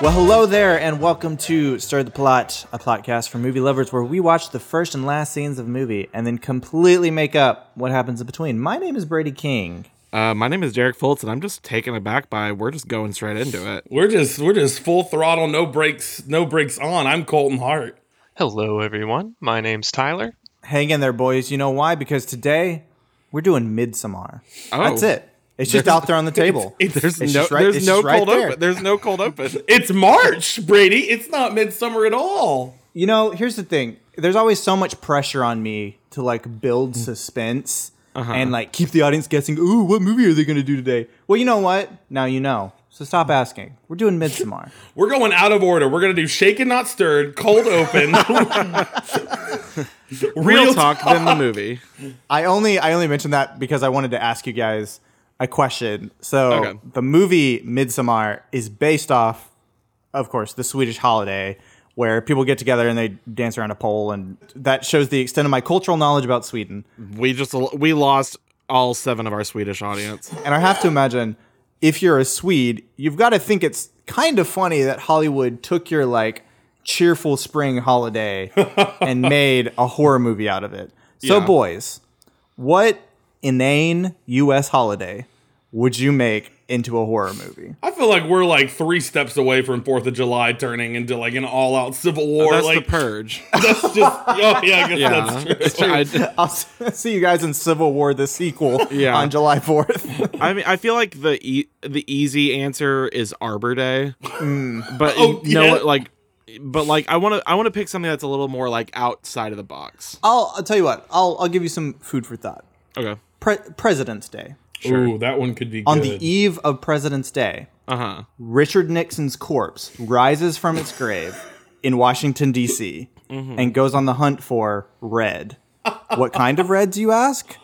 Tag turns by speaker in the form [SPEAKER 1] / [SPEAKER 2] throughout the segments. [SPEAKER 1] Hello there, and welcome to Stir the Plot, a podcast for movie lovers where we watch the first and last scenes of a movie and then completely make up what happens in between. My name is Brady King.
[SPEAKER 2] Uh, my name is Derek Fultz, and I'm just taken aback by we're just going straight into it.
[SPEAKER 3] We're just we're just full throttle, no brakes, no brakes on. I'm Colton Hart.
[SPEAKER 4] Hello, everyone. My name's Tyler.
[SPEAKER 1] Hang in there, boys. You know why? Because today we're doing Midsommar.
[SPEAKER 2] Oh.
[SPEAKER 1] That's it. It's just out there on the table.
[SPEAKER 2] There's
[SPEAKER 1] It's
[SPEAKER 2] no,
[SPEAKER 1] just right-
[SPEAKER 2] there's
[SPEAKER 1] it's
[SPEAKER 2] no
[SPEAKER 1] just right
[SPEAKER 2] cold
[SPEAKER 1] there.
[SPEAKER 2] open. There's no cold open.
[SPEAKER 3] It's March, Brady. It's not midsummer at all.
[SPEAKER 1] You know, here's the thing. There's always so much pressure on me to like build suspense and like keep the audience guessing, ooh, what movie are they going to do today? Well, you know what? Now you know. So stop asking. We're doing Midsommar.
[SPEAKER 3] We're going out of order. We're gonna do shaken, not stirred, cold open.
[SPEAKER 2] Real talk than the movie.
[SPEAKER 1] I only I only mentioned that because I wanted to ask you guys a question. So
[SPEAKER 2] Okay.
[SPEAKER 1] the movie Midsommar is based off, of course, the Swedish holiday where people get together and they dance around a pole, and that shows the extent of my cultural knowledge about Sweden.
[SPEAKER 2] We just we lost all seven of our Swedish audience.
[SPEAKER 1] And I have to imagine if you're a Swede, you've got to think it's kind of funny that Hollywood took your like cheerful spring holiday and made a horror movie out of it. So,
[SPEAKER 2] Yeah.
[SPEAKER 1] boys, what inane U.S. holiday would you make into a horror movie?
[SPEAKER 3] I feel like we're like three steps away from Fourth of July turning into like an all-out civil war.
[SPEAKER 2] That's
[SPEAKER 3] like
[SPEAKER 2] the purge.
[SPEAKER 3] that's just oh yeah, I guess
[SPEAKER 2] Yeah,
[SPEAKER 3] that's true.
[SPEAKER 2] I,
[SPEAKER 1] I'll s- see you guys in Civil War, the sequel,
[SPEAKER 2] Yeah.
[SPEAKER 1] on July 4th.
[SPEAKER 2] I mean, I feel like the e- the easy answer is Arbor Day,
[SPEAKER 1] Hmm.
[SPEAKER 2] but
[SPEAKER 3] Oh,
[SPEAKER 2] no,
[SPEAKER 3] yeah.
[SPEAKER 2] like, but like I want to I want to pick something that's a little more like outside of the box.
[SPEAKER 1] I'll, I'll tell you what, I'll, I'll give you some food for thought.
[SPEAKER 2] Okay,
[SPEAKER 1] Pre- President's Day.
[SPEAKER 3] Ooh, that one could be
[SPEAKER 1] On
[SPEAKER 3] good.
[SPEAKER 1] the e- eve of President's Day,
[SPEAKER 2] uh huh.
[SPEAKER 1] Richard Nixon's corpse rises from its grave in Washington, D.C., and goes on the hunt for red. What kind of reds, you ask?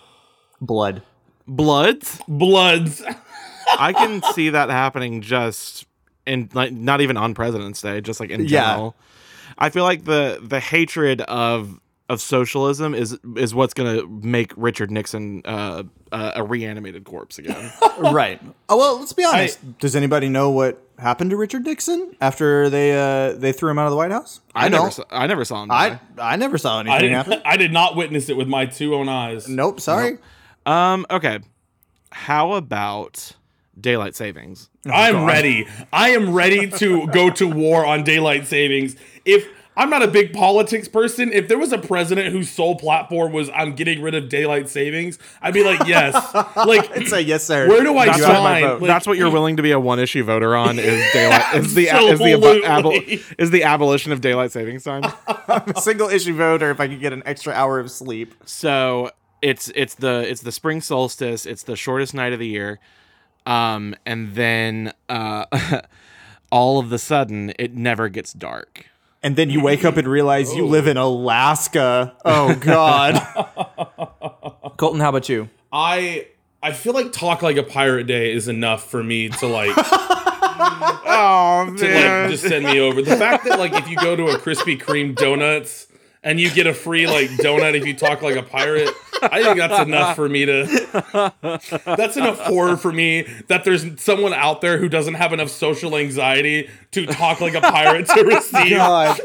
[SPEAKER 1] Blood.
[SPEAKER 2] Bloods.
[SPEAKER 3] Bloods.
[SPEAKER 2] I can see that happening just in like not even on President's Day, just like in
[SPEAKER 1] Yeah.
[SPEAKER 2] general. I feel like the the hatred of of socialism is is what's gonna make Richard Nixon uh, uh, a reanimated corpse again.
[SPEAKER 1] Right. Oh, well, let's be honest. Does anybody know what happened to Richard Nixon after they uh, they threw him out of the White House?
[SPEAKER 2] I, never
[SPEAKER 1] don't.
[SPEAKER 2] saw, I never saw him. die.
[SPEAKER 1] I, I never saw
[SPEAKER 3] I
[SPEAKER 1] anything happen.
[SPEAKER 3] didn't, I did not witness it with my two own eyes.
[SPEAKER 1] Nope, sorry.
[SPEAKER 2] Um. Okay. How about daylight savings?
[SPEAKER 3] I'm ready. I am ready to go to war on daylight savings. If I'm not a big politics person, if there was a president whose sole platform was I'm getting rid of daylight savings, I'd be like, yes. like,
[SPEAKER 1] Say yes, sir.
[SPEAKER 3] where do I
[SPEAKER 1] You have my
[SPEAKER 3] sign?
[SPEAKER 1] vote.
[SPEAKER 3] Like-
[SPEAKER 2] That's what you're willing to be a one issue voter on is daylight is the is the abo-
[SPEAKER 3] Absolutely.
[SPEAKER 2] abo- is the abolition of daylight savings time.
[SPEAKER 1] I'm a single issue voter if I could get an extra hour of sleep.
[SPEAKER 2] So it's it's the it's the spring solstice. It's the shortest night of the year, um, and then uh, all of the sudden it never gets dark.
[SPEAKER 1] And then you wake up and realize you live in Alaska. Oh God. Colton, how about you?
[SPEAKER 3] I I feel like talk like a pirate day is enough for me to like
[SPEAKER 2] Oh
[SPEAKER 3] like just send me over. The fact that like if you go to a Krispy Kreme donuts and you get a free like donut if you talk like a pirate, I think that's enough for me to. That's enough horror for me that there's someone out there who doesn't have enough social anxiety to talk like a pirate to receive.
[SPEAKER 1] God,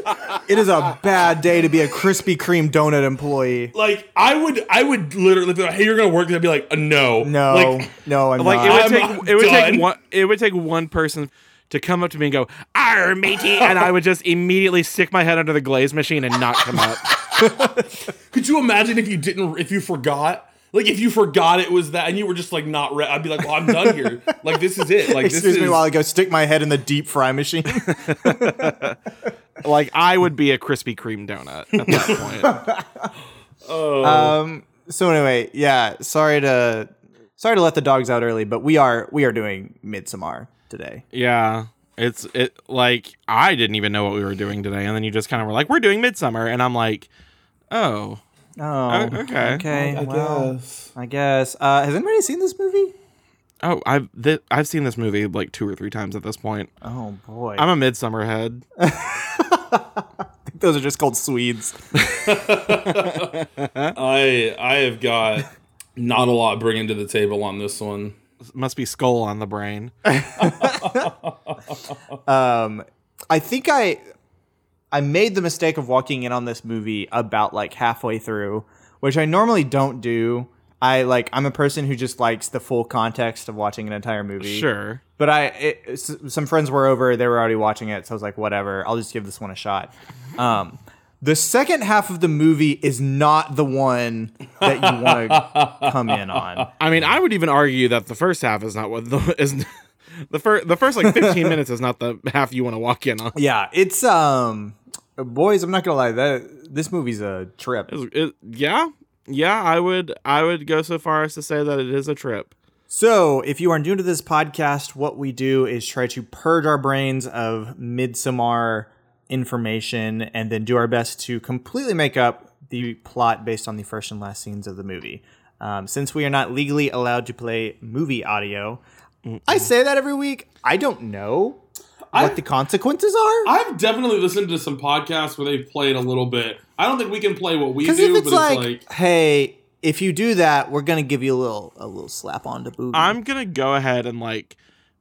[SPEAKER 1] it is a bad day to be a Krispy Kreme donut employee.
[SPEAKER 3] Like I would, I would literally be like, "Hey, you're gonna work?" I'd be like, uh, "No,
[SPEAKER 1] No,
[SPEAKER 3] Like,
[SPEAKER 1] no, I'm
[SPEAKER 2] like
[SPEAKER 1] not.
[SPEAKER 2] it would
[SPEAKER 3] I'm
[SPEAKER 2] take it would
[SPEAKER 3] done.
[SPEAKER 2] take one it would take one person to come up to me and go "Arr, matey," and I would just immediately stick my head under the glaze machine and not come up.
[SPEAKER 3] could you imagine if you didn't, if you forgot? Like if you forgot it was that, and you were just like not. Re- I'd be like, "Well, I'm done here. Like this is it. Like this
[SPEAKER 1] Excuse
[SPEAKER 3] is
[SPEAKER 1] me while I go stick my head in the deep fry machine.
[SPEAKER 2] Like I would be a Krispy Kreme donut at that point.
[SPEAKER 1] um. So anyway, yeah. Sorry to sorry to let the dogs out early, but we are we are doing Midsommar today.
[SPEAKER 2] Yeah. It's it like I didn't even know what we were doing today, and then you just kind of were like, "We're doing Midsummer," and I'm like, "Oh,
[SPEAKER 1] Oh,
[SPEAKER 2] okay.
[SPEAKER 1] okay. I,
[SPEAKER 3] guess.
[SPEAKER 1] I guess. Uh, has anybody seen this movie?
[SPEAKER 2] oh, I've th- I've seen this movie like two or three times at this point.
[SPEAKER 1] Oh boy,
[SPEAKER 2] I'm a Midsummer head.
[SPEAKER 1] those are just called Swedes.
[SPEAKER 3] I I have got not a lot bringing to the table on this one.
[SPEAKER 2] Must be skull on the brain.
[SPEAKER 1] I think I I made the mistake of walking in on this movie about like halfway through, which I normally don't do. I like I'm a person who just likes the full context of watching an entire movie.
[SPEAKER 2] Sure.
[SPEAKER 1] But I, it, s- some friends were over. They were already watching it, so I was like, whatever. I'll just give this one a shot. Um, the second half of the movie is not the one that you want to come in on.
[SPEAKER 2] I mean, I would even argue that the first half is not what the is the first the first like 15 minutes is not the half you want to walk in on.
[SPEAKER 1] Yeah, it's um, boys. I'm not gonna lie. That this movie's a trip.
[SPEAKER 2] Is- is- yeah. Yeah, I would I would go so far as to say that it is a trip.
[SPEAKER 1] So, if you are new to this podcast, what we do is try to purge our brains of Midsommar information and then do our best to completely make up the plot based on the first and last scenes of the movie. Um, since we are not legally allowed to play movie audio, I say that every week. I don't know what the consequences are.
[SPEAKER 5] I've definitely listened to some podcasts where they've played a little bit. I don't think we can play what we do,
[SPEAKER 1] Because if
[SPEAKER 5] but
[SPEAKER 1] it's
[SPEAKER 5] it's
[SPEAKER 1] like,
[SPEAKER 5] like
[SPEAKER 1] hey, if you do that, we're gonna give you a little a little slap on the booty.
[SPEAKER 2] I'm going to go ahead and like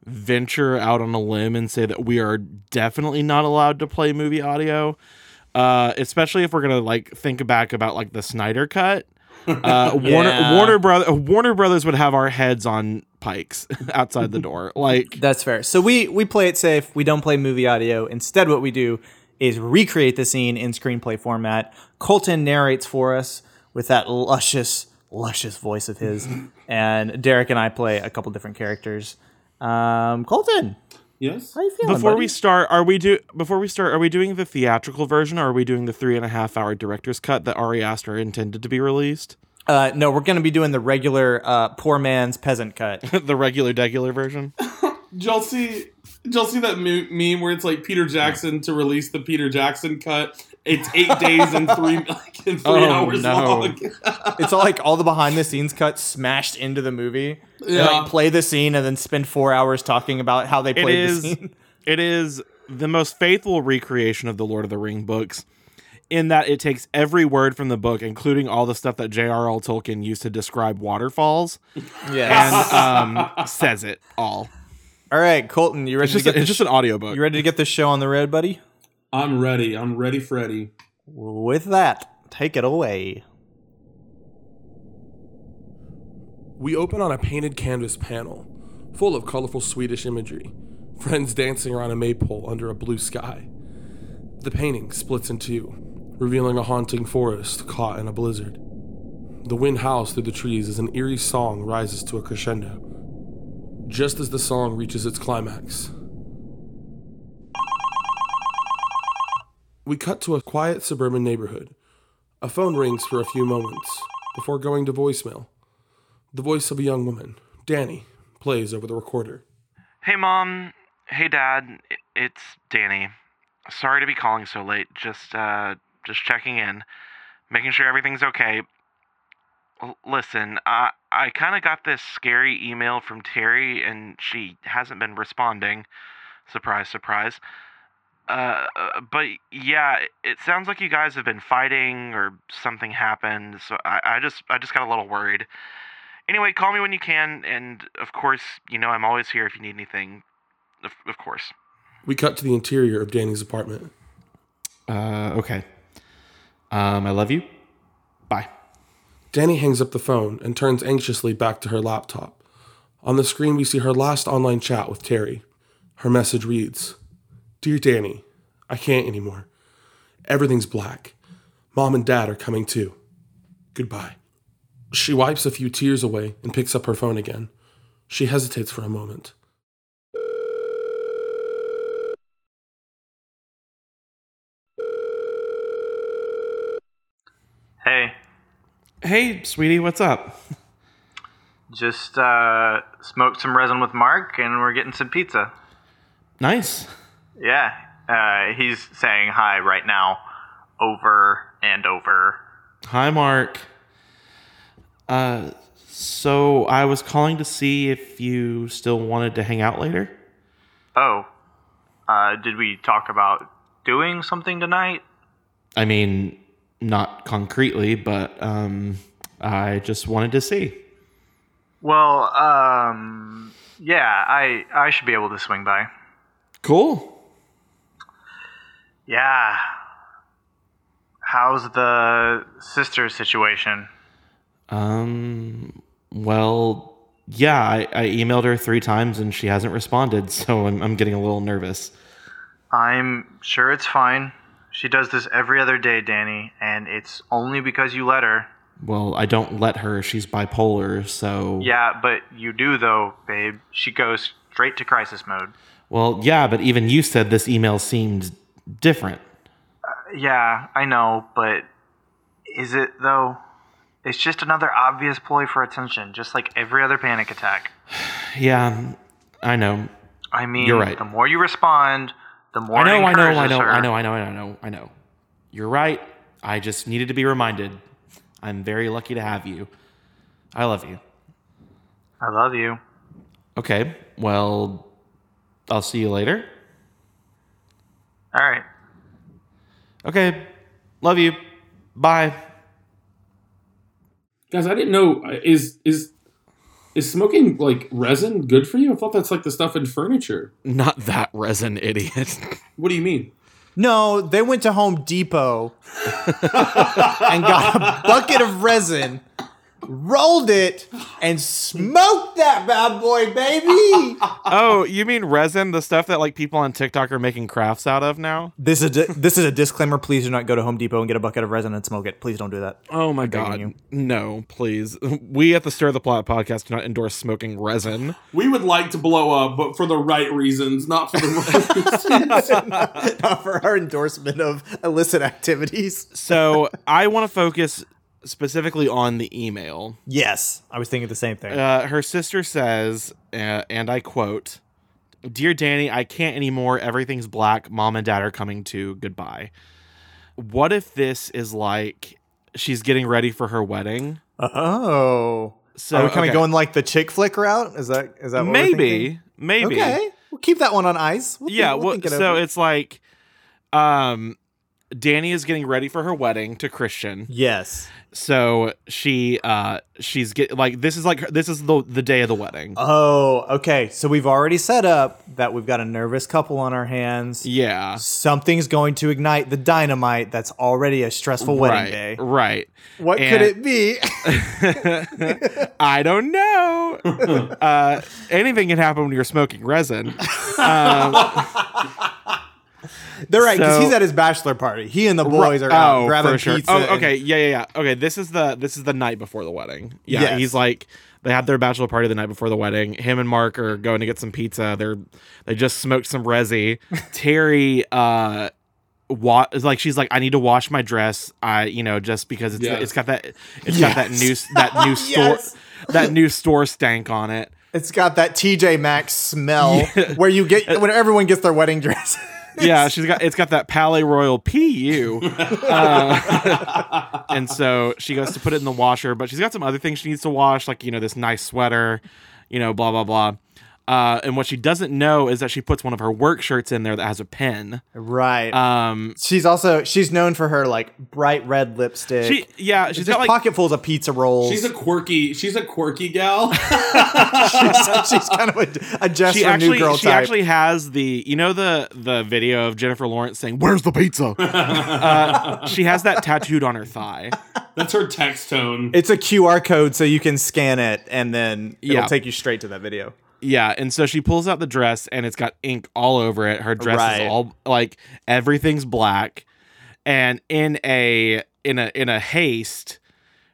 [SPEAKER 2] venture out on a limb and say that we are definitely not allowed to play movie audio. Uh, especially if we're gonna like think back about like the Snyder cut, uh,
[SPEAKER 1] Yeah.
[SPEAKER 2] Warner Warner Brother Warner Brothers would have our heads on pikes outside the door. Like
[SPEAKER 1] That's fair. So we we play it safe. We don't play movie audio. Instead, what we do is recreate the scene in screenplay format. Colton narrates for us with that luscious, luscious voice of his, and Derek and I play a couple different characters. Um, Colton,
[SPEAKER 5] yes.
[SPEAKER 1] how you feeling?
[SPEAKER 2] before
[SPEAKER 1] buddy?
[SPEAKER 2] we start are we do before we start are we doing the theatrical version or are we doing the three and a half hour director's cut that ari aster intended to be released
[SPEAKER 1] uh, no, we're gonna be doing the regular uh, poor man's peasant cut.
[SPEAKER 2] the regular degular version
[SPEAKER 5] Did y'all see? Did y'all see that mo- meme where it's like Peter Jackson to release the Peter Jackson cut? It's eight days and three like, and three
[SPEAKER 2] Oh,
[SPEAKER 5] hours
[SPEAKER 2] no.
[SPEAKER 5] long.
[SPEAKER 1] it's all like all the behind the scenes cuts smashed into the movie. They,
[SPEAKER 5] Yeah.
[SPEAKER 1] like play the scene and then spend four hours talking about how they
[SPEAKER 2] it
[SPEAKER 1] played the
[SPEAKER 2] is
[SPEAKER 1] scene.
[SPEAKER 2] it is the most faithful recreation of the lord of the ring books in that it takes every word from the book including all the stuff that j.r.r. tolkien used to describe waterfalls
[SPEAKER 1] Yes.
[SPEAKER 2] and um, says it all
[SPEAKER 1] all right, Colton, you ready
[SPEAKER 2] it's
[SPEAKER 1] to
[SPEAKER 2] just,
[SPEAKER 1] get
[SPEAKER 2] it's just an audiobook
[SPEAKER 1] You ready to get this show on the road, buddy?
[SPEAKER 5] I'm ready. I'm ready, Freddy.
[SPEAKER 1] With that, take it away.
[SPEAKER 3] We open on a painted canvas panel, full of colorful Swedish imagery, friends dancing around a maypole under a blue sky. The painting splits in two, revealing a haunting forest caught in a blizzard. The wind howls through the trees as an eerie song rises to a crescendo. Just as the song reaches its climax, we cut to a quiet suburban neighborhood. A phone rings for a few moments before going to voicemail. The voice of a young woman, Danny, plays over the recorder.
[SPEAKER 6] Hey, Mom. Hey, Dad. I- It's Danny. Sorry to be calling so late. Just, uh, just checking in, making sure everything's okay. L- listen, I, I kind of got this scary email from Terry, and she hasn't been responding. Surprise, surprise. Uh, uh, but yeah, it- it sounds like you guys have been fighting or something happened. So I, I just, I just got a little worried. Anyway, call me when you can, and of course, you know I'm always here if you need anything. Of, of course.
[SPEAKER 3] We cut to the interior of Danny's apartment.
[SPEAKER 2] uh, okay um, i love you bye
[SPEAKER 3] Danny hangs up the phone and turns anxiously back to her laptop. On the screen, we see her last online chat with Terry. Her message reads Dear Danny, I can't anymore. Everything's black. Mom and Dad are coming too. Goodbye. She wipes a few tears away and picks up her phone again. She hesitates for a moment.
[SPEAKER 6] Hey,
[SPEAKER 2] hey sweetie what's up
[SPEAKER 6] just uh, smoked some resin with Mark, and we're getting some pizza.
[SPEAKER 2] nice
[SPEAKER 6] Yeah, uh, he's saying hi right now, over and over.
[SPEAKER 2] Hi, Mark. Uh, so I was calling to see if you still wanted to hang out later.
[SPEAKER 6] Oh, uh, did we talk about doing something tonight?
[SPEAKER 2] I mean, not concretely, but um, I just wanted to see.
[SPEAKER 6] Well, um, yeah, I I should be able to swing by.
[SPEAKER 2] Cool.
[SPEAKER 7] Yeah. How's the sister situation?
[SPEAKER 2] Um. Well, yeah, I, I emailed her three times and she hasn't responded, so I'm, I'm getting a little nervous.
[SPEAKER 7] I'm sure it's fine. She does this every other day, Danny, and it's only because you let her.
[SPEAKER 2] Well, I don't let her. She's bipolar, so.
[SPEAKER 7] Yeah, but you do, though, babe. She goes straight to crisis mode.
[SPEAKER 2] Well, yeah, but even you said this email seemed different.
[SPEAKER 7] Yeah, I know, but is it, though? It's just another obvious ploy for attention, just like every other panic attack.
[SPEAKER 2] Yeah, I know.
[SPEAKER 7] I mean,
[SPEAKER 2] You're right.
[SPEAKER 7] the more you respond, the more
[SPEAKER 2] I know,
[SPEAKER 7] it
[SPEAKER 2] I know,
[SPEAKER 7] encourages
[SPEAKER 2] I know,
[SPEAKER 7] her.
[SPEAKER 2] I know, I know, I know, I know, I know. You're right. I just needed to be reminded. I'm very lucky to have you. I love you.
[SPEAKER 7] I love you.
[SPEAKER 2] Okay, well, I'll see you later.
[SPEAKER 7] All right.
[SPEAKER 2] Okay, love you. Bye.
[SPEAKER 5] Guys, I didn't know uh, is is is smoking like resin good for you? I thought that's like the stuff in furniture.
[SPEAKER 8] Not that resin idiot.
[SPEAKER 5] What do you mean?
[SPEAKER 1] No, they went to Home Depot and got a bucket of resin, rolled it, and smoked that bad boy, baby.
[SPEAKER 2] Oh, you mean resin, the stuff that like people on TikTok are making crafts out of now?
[SPEAKER 1] This is a, this is a disclaimer. Please do not go to Home Depot and get a bucket of resin and smoke it. Please don't do that.
[SPEAKER 2] Oh my god.
[SPEAKER 1] you.
[SPEAKER 2] No, please. We at the Stir the Plot podcast do not endorse smoking resin.
[SPEAKER 5] We would like to blow up, but for the right reasons, not for the wrong reasons.
[SPEAKER 1] Not for our endorsement of illicit activities.
[SPEAKER 2] So I want to focus specifically on the email.
[SPEAKER 1] Yes, I was thinking the same thing.
[SPEAKER 2] Uh, her sister says, uh, and I quote, Dear Danny, I can't anymore. Everything's black. Mom and dad are coming to. Goodbye. What if this is like she's getting ready for her wedding?
[SPEAKER 1] oh,
[SPEAKER 2] So
[SPEAKER 1] are we kind
[SPEAKER 2] okay.
[SPEAKER 1] of going like the chick flick route? Is that is that what we're thinking?
[SPEAKER 2] maybe, maybe.
[SPEAKER 1] Okay, we'll keep that one on ice. We'll
[SPEAKER 2] yeah
[SPEAKER 1] think,
[SPEAKER 2] well,
[SPEAKER 1] think it
[SPEAKER 2] so
[SPEAKER 1] over.
[SPEAKER 2] it's like um danny is getting ready for her wedding to christian
[SPEAKER 1] yes.
[SPEAKER 2] so she uh she's get like this is like her, this is the the day of the wedding
[SPEAKER 1] Oh, okay. So we've already set up that we've got a nervous couple on our hands.
[SPEAKER 2] yeah
[SPEAKER 1] Something's going to ignite the dynamite. That's already a stressful wedding
[SPEAKER 2] right
[SPEAKER 1] day.
[SPEAKER 2] right
[SPEAKER 1] What could
[SPEAKER 2] and-
[SPEAKER 1] it be?
[SPEAKER 2] i don't know uh anything can happen when you're smoking resin um,
[SPEAKER 1] They're right because
[SPEAKER 2] So-
[SPEAKER 1] he's at his bachelor party. He and the boys are out
[SPEAKER 2] oh
[SPEAKER 1] grabbing
[SPEAKER 2] for sure
[SPEAKER 1] pizza. and-
[SPEAKER 2] oh okay yeah yeah yeah okay this is the this is the night before the wedding yeah
[SPEAKER 1] Yes.
[SPEAKER 2] he's like they had their bachelor party the night before the wedding. Him and Mark are going to get some pizza. They're they just smoked some resi. Terry uh wa- is like she's like I need to wash my dress. I you know just because it's
[SPEAKER 5] Yes.
[SPEAKER 2] it's got that it's got that new that new store
[SPEAKER 1] Yes.
[SPEAKER 2] that new store stank on it.
[SPEAKER 1] It's got that TJ Maxx smell where you
[SPEAKER 2] Uh,
[SPEAKER 1] get when everyone gets their wedding dress.
[SPEAKER 2] yeah, she's got it's got that Palais Royal PU. Uh, and so she goes to put it in the washer, but she's got some other things she needs to wash, like, you know, this nice sweater, you know, blah, blah, blah. Uh, and what she doesn't know is that she puts one of her work shirts in there that has a pen.
[SPEAKER 1] right.
[SPEAKER 2] Um,
[SPEAKER 1] she's also she's known for her like bright red lipstick.
[SPEAKER 2] she, yeah, she's
[SPEAKER 1] just
[SPEAKER 2] got like,
[SPEAKER 1] pocketfuls of pizza rolls.
[SPEAKER 5] she's a quirky. She's a quirky gal.
[SPEAKER 1] she's, she's kind of a, a Jess
[SPEAKER 2] she
[SPEAKER 1] from
[SPEAKER 2] actually,
[SPEAKER 1] New Girl
[SPEAKER 2] she
[SPEAKER 1] type.
[SPEAKER 2] actually has the, you know, the the video of Jennifer Lawrence saying, "Where's the pizza?" uh, she has that tattooed on her thigh.
[SPEAKER 5] That's her text tone.
[SPEAKER 1] it's a QR code, so you can scan it, and then it'll
[SPEAKER 2] Yeah.
[SPEAKER 1] take you straight to that video.
[SPEAKER 2] Yeah, and so she pulls out the dress and it's got ink all over it. Her dress
[SPEAKER 1] Right.
[SPEAKER 2] is all like everything's black. And in a in a in a haste,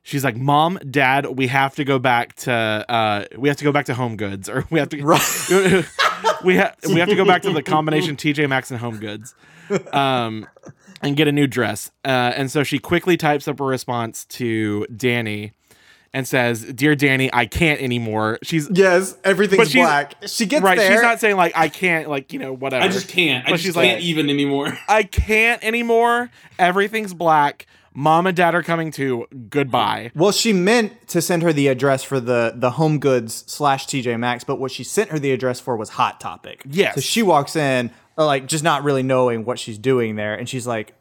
[SPEAKER 2] she's like, "Mom, Dad, we have to go back to uh we have to go back to Home Goods or we have to we ha- we have to go back to the combination TJ Maxx and Home Goods." Um and get a new dress. Uh, and so she quickly types up a response to Danny and says, "Dear Danny, I can't anymore." She's
[SPEAKER 1] Yes,
[SPEAKER 2] But
[SPEAKER 1] everything's
[SPEAKER 2] she's-
[SPEAKER 1] black. She gets
[SPEAKER 2] right.
[SPEAKER 1] there.
[SPEAKER 2] She's not saying like I can't, like you know, whatever.
[SPEAKER 5] I just can't. I
[SPEAKER 2] But
[SPEAKER 5] just
[SPEAKER 2] she's
[SPEAKER 5] can't
[SPEAKER 2] like-
[SPEAKER 5] even anymore.
[SPEAKER 2] I can't anymore. Everything's black. Mom and dad are coming too. Goodbye.
[SPEAKER 1] well, she meant to send her the address for the the Home Goods slash TJ Maxx, but what she sent her the address for was Hot Topic.
[SPEAKER 2] Yes.
[SPEAKER 1] So she walks in, uh, like just not really knowing what she's doing there, and she's like,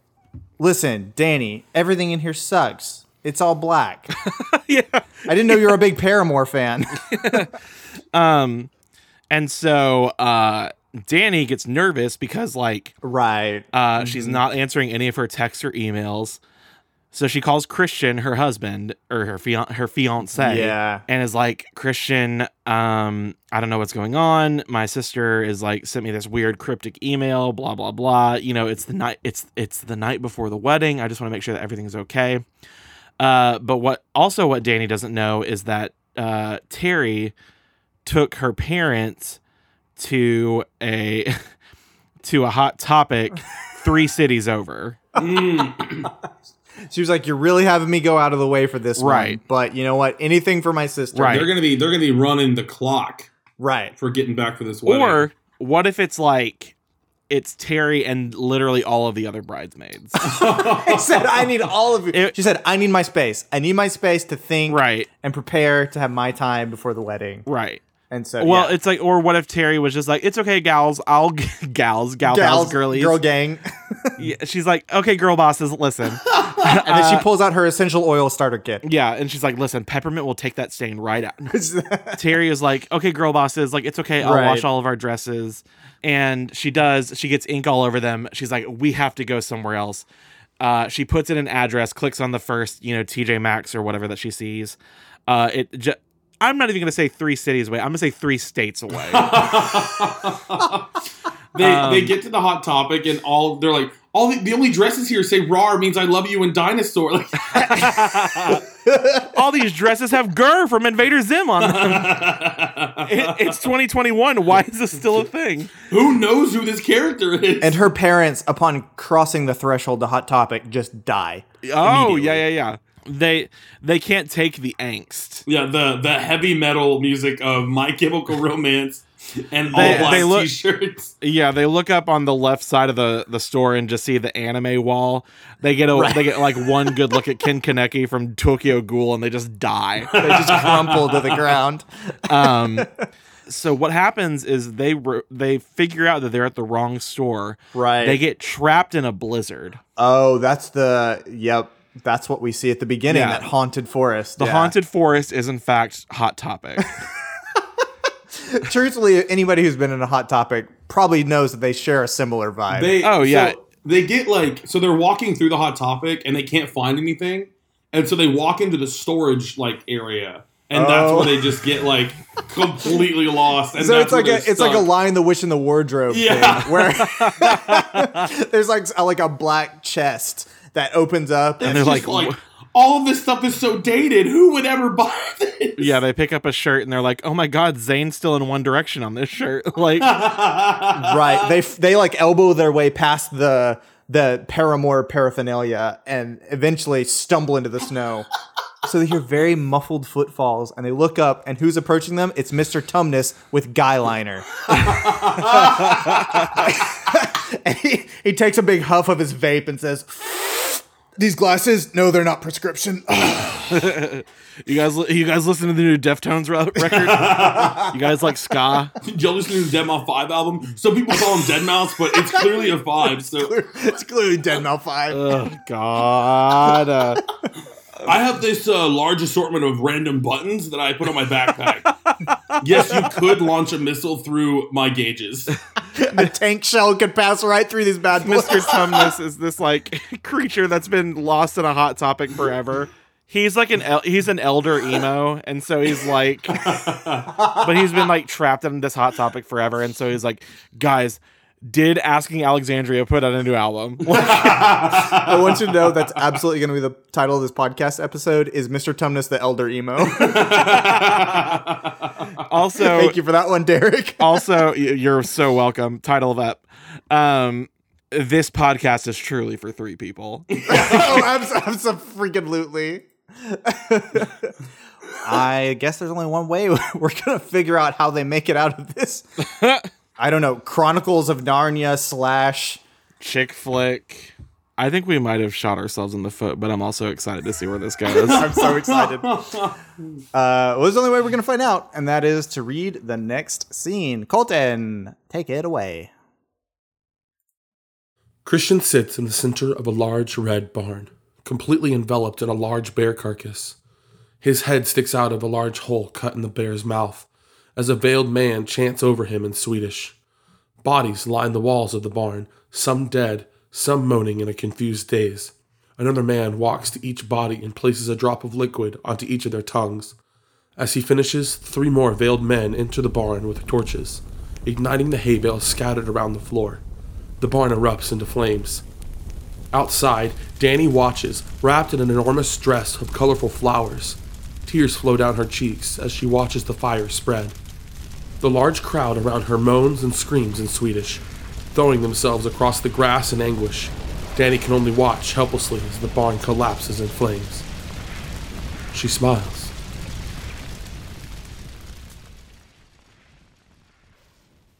[SPEAKER 1] "Listen, Danny, everything in here sucks. It's all black.
[SPEAKER 2] yeah.
[SPEAKER 1] I didn't know you were a big Paramore fan."
[SPEAKER 2] And so uh Danny gets nervous because like
[SPEAKER 1] Right.
[SPEAKER 2] uh, she's not answering any of her texts or emails. So she calls Christian, her husband or her fian- her fiance,
[SPEAKER 1] Yeah.
[SPEAKER 2] and is like, Christian, um, I don't know what's going on. My sister is like sent me this weird cryptic email, blah blah blah. You know, it's the night, it's it's the night before the wedding. I just want to make sure that everything's okay. Uh, but what also what Danny doesn't know is that uh, Terry took her parents to a to a hot topic three cities over.
[SPEAKER 1] She was like, "You're really having me go out of the way for this, one,
[SPEAKER 2] Right.
[SPEAKER 1] but you know what? Anything for my sister,
[SPEAKER 2] Right.
[SPEAKER 5] They're gonna be they're gonna be running the clock
[SPEAKER 1] Right.
[SPEAKER 5] for getting back for this wedding.
[SPEAKER 2] Or what if it's like it's Terry and literally all of the other bridesmaids?
[SPEAKER 1] I said, "I need all of you."
[SPEAKER 2] It-
[SPEAKER 1] she said, "I need my space. I need my space to think
[SPEAKER 2] right,
[SPEAKER 1] and prepare to have my time before the wedding."
[SPEAKER 2] right.
[SPEAKER 1] And so,
[SPEAKER 2] Well,
[SPEAKER 1] yeah.
[SPEAKER 2] it's like, or what if Terry was just like, "It's okay, gals, I'll g- gals, gal pals, girlies."
[SPEAKER 1] girl gang,
[SPEAKER 2] Yeah, she's like, "Okay, girl bosses, listen."
[SPEAKER 1] and then she pulls out her essential oil starter kit.
[SPEAKER 2] yeah, and she's like, "Listen, peppermint will take that stain right out." Terry is like, okay, girl bosses, like it's okay. I'll
[SPEAKER 1] Right.
[SPEAKER 2] wash all of our dresses. And she does. She gets ink all over them. She's like, we have to go somewhere else. Uh, she puts in an address, clicks on the first, you know, TJ Maxx or whatever that she sees. Uh, it. Ju- I'm not even gonna say three cities away. I'm gonna say three states away.
[SPEAKER 5] they
[SPEAKER 2] Um,
[SPEAKER 5] they get to the hot topic and all they're like all the, the only dresses here say "rar" means I love you and dinosaur. Like
[SPEAKER 2] all these dresses have Gurr from Invader Zim on them. It- it's 2021. Why is this still a thing?
[SPEAKER 5] who knows who this character is?
[SPEAKER 1] And her parents, upon crossing the threshold to Hot Topic, just die.
[SPEAKER 2] Oh yeah, yeah, yeah. They they can't take the angst.
[SPEAKER 5] yeah, the the heavy metal music of My Chemical Romance and all
[SPEAKER 2] They-
[SPEAKER 5] black
[SPEAKER 2] they look-
[SPEAKER 5] t-shirts.
[SPEAKER 2] Yeah, they look up on the left side of the, the store and just see the anime wall. They get a, they get like one good look at Ken Kaneki from Tokyo Ghoul and they just die.
[SPEAKER 1] They just crumple to the ground.
[SPEAKER 2] Um, so what happens is they re- they figure out that they're at the wrong store.
[SPEAKER 1] Right.
[SPEAKER 2] They get trapped in a blizzard.
[SPEAKER 1] Oh, that's the yep. That's what we see at the beginning.
[SPEAKER 2] Yeah.
[SPEAKER 1] That haunted forest.
[SPEAKER 2] The
[SPEAKER 1] Yeah.
[SPEAKER 2] haunted forest is in fact hot topic.
[SPEAKER 1] Truthfully, anybody who's been in a hot topic probably knows that they share a similar vibe.
[SPEAKER 5] They
[SPEAKER 2] Oh,
[SPEAKER 5] so
[SPEAKER 2] yeah.
[SPEAKER 5] they get like so they're walking through the hot topic and they can't find anything, and so they walk into the storage like area. And that's
[SPEAKER 1] Oh.
[SPEAKER 5] where they just get like completely lost. And
[SPEAKER 1] so
[SPEAKER 5] that's
[SPEAKER 1] it's like a
[SPEAKER 5] where
[SPEAKER 1] it's like a line the witch in the wardrobe
[SPEAKER 5] Yeah.
[SPEAKER 1] thing where there's like a, like a black chest that opens up and
[SPEAKER 2] they're
[SPEAKER 5] Just
[SPEAKER 2] like,
[SPEAKER 5] like all of this stuff is so dated. Who would ever buy this?
[SPEAKER 2] yeah, they pick up a shirt and they're like, "Oh my god, Zane's still in one direction on this shirt." Like
[SPEAKER 1] right they f- they like elbow their way past the the paramour paraphernalia and eventually stumble into the snow. So they hear very muffled footfalls, and they look up, and who's approaching them? It's Mr. Tumnus with guy liner. and he, he takes a big huff of his vape and says, "These glasses? No, they're not prescription."
[SPEAKER 2] You guys, you guys listen to the new Deftones re- record. you guys like ska?
[SPEAKER 5] Y'all listening to the Deadmau5 album? Some people call him Deadmau5, but it's clearly a five. So
[SPEAKER 1] it's clearly Dead Mouth Five.
[SPEAKER 2] Oh God! Uh,
[SPEAKER 5] I have this uh, large assortment of random buttons that I put on my backpack. yes, you could launch a missile through my gauges.
[SPEAKER 1] a tank shell could pass right through these bad boys.
[SPEAKER 2] Mr. Tumnus is this like creature that's been lost in a hot topic forever. He's like an el- he's an elder emo, and so he's like, but he's been like trapped in this hot topic forever, and so he's like, guys, did asking Alexandria put out a new album?
[SPEAKER 1] I want you to know that's absolutely going to be the title of this podcast episode is Mr. Tumnus the Elder Emo.
[SPEAKER 2] also,
[SPEAKER 1] Thank you for that one, Derek.
[SPEAKER 2] also y- you're so welcome title of up um this podcast is truly for three people
[SPEAKER 1] oh, I'm so, I'm so freaking lootly. I guess there's only one way we're going to figure out how they make it out of this. I don't know. Chronicles of Narnia slash.
[SPEAKER 2] chick flick i think we might have shot ourselves in the foot but i'm also excited to see where this goes
[SPEAKER 1] I'm so excited. Uh, well, there's the only way we're going to find out, and that is to read the next scene. Colton, take it away.
[SPEAKER 5] Uh,
[SPEAKER 3] Christian sits in the center of a large red barn, completely enveloped in a large bear carcass. His head sticks out of a large hole cut in the bear's mouth as a veiled man chants over him in Swedish. Bodies lined the walls of the barn, some dead, some moaning in a confused daze. Another man walks to each body and places a drop of liquid onto each of their tongues. As he finishes, three more veiled men enter the barn with torches, igniting the hay bales scattered around the floor. The barn erupts into flames. Outside, Danny watches, wrapped in an enormous dress of colorful flowers. Tears flow down her cheeks as she watches the fire spread. The large crowd around her moans and screams in Swedish, throwing themselves across the grass in anguish. Danny can only watch helplessly as the barn collapses in flames. She smiles.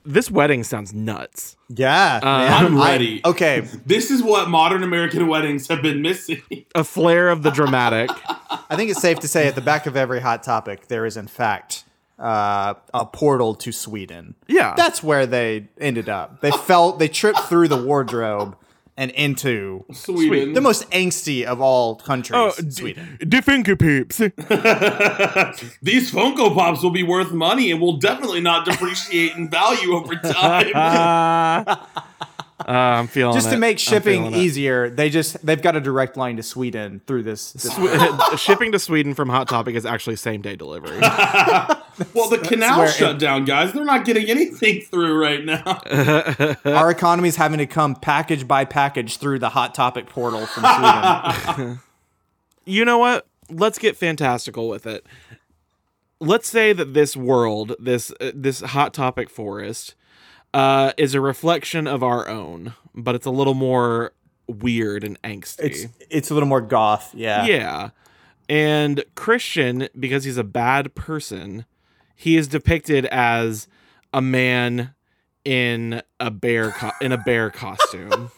[SPEAKER 2] This wedding sounds nuts.
[SPEAKER 1] Yeah, man.
[SPEAKER 5] I'm ready.
[SPEAKER 1] I- okay,
[SPEAKER 5] This is what modern American weddings have been missing.
[SPEAKER 2] A flare of the dramatic.
[SPEAKER 1] I think it's safe to say at the back of every hot topic there is in fact uh, a portal to Sweden.
[SPEAKER 2] Yeah.
[SPEAKER 1] that's where they ended up. They felt they tripped through the wardrobe and into
[SPEAKER 5] Sweden.
[SPEAKER 1] the most angsty of all countries, Sweden.
[SPEAKER 2] De Oh, finger peeps.
[SPEAKER 5] These Funko Pops will be worth money and will definitely not depreciate in value over time.
[SPEAKER 2] Uh, I'm feeling
[SPEAKER 1] Just
[SPEAKER 2] it.
[SPEAKER 1] to make
[SPEAKER 2] I'm
[SPEAKER 1] shipping
[SPEAKER 2] feeling it.
[SPEAKER 1] easier, they just they've got a direct line to Sweden through this. this
[SPEAKER 2] shipping to Sweden from Hot Topic is actually same day delivery.
[SPEAKER 5] well, the canal
[SPEAKER 1] where
[SPEAKER 5] shut down, guys. They're not getting anything through right now.
[SPEAKER 1] our economy's having to come package by package through the hot topic portal from Sweden.
[SPEAKER 2] you know what? Let's get fantastical with it. Let's say that this world, this uh, this hot topic forest, uh, is a reflection of our own, but it's a little more weird and angsty.
[SPEAKER 1] it's it's a little more goth, yeah.
[SPEAKER 2] yeah. And Christian, because he's a bad person, he is depicted as a man in a bear co- in a bear costume.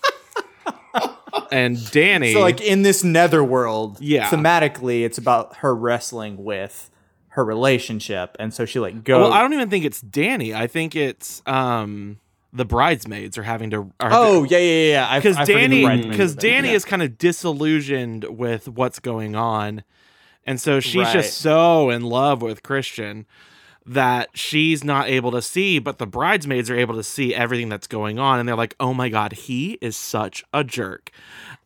[SPEAKER 2] and Danny,
[SPEAKER 1] So like in this netherworld,
[SPEAKER 2] Yeah.
[SPEAKER 1] thematically it's about her wrestling with her relationship and so she like goes
[SPEAKER 2] well, I don't even think it's Danny. I think it's um the bridesmaids are having to are
[SPEAKER 1] Oh, yeah, yeah, yeah, yeah. I-
[SPEAKER 2] because
[SPEAKER 1] I forget the
[SPEAKER 2] Danny
[SPEAKER 1] right name
[SPEAKER 2] because
[SPEAKER 1] of it.
[SPEAKER 2] Danny
[SPEAKER 1] Yeah.
[SPEAKER 2] is kind of disillusioned with what's going on, and so she's
[SPEAKER 1] Right.
[SPEAKER 2] just so in love with Christian that she's not able to see, but the bridesmaids are able to see everything that's going on, and they're like, "Oh my god, he is such a jerk."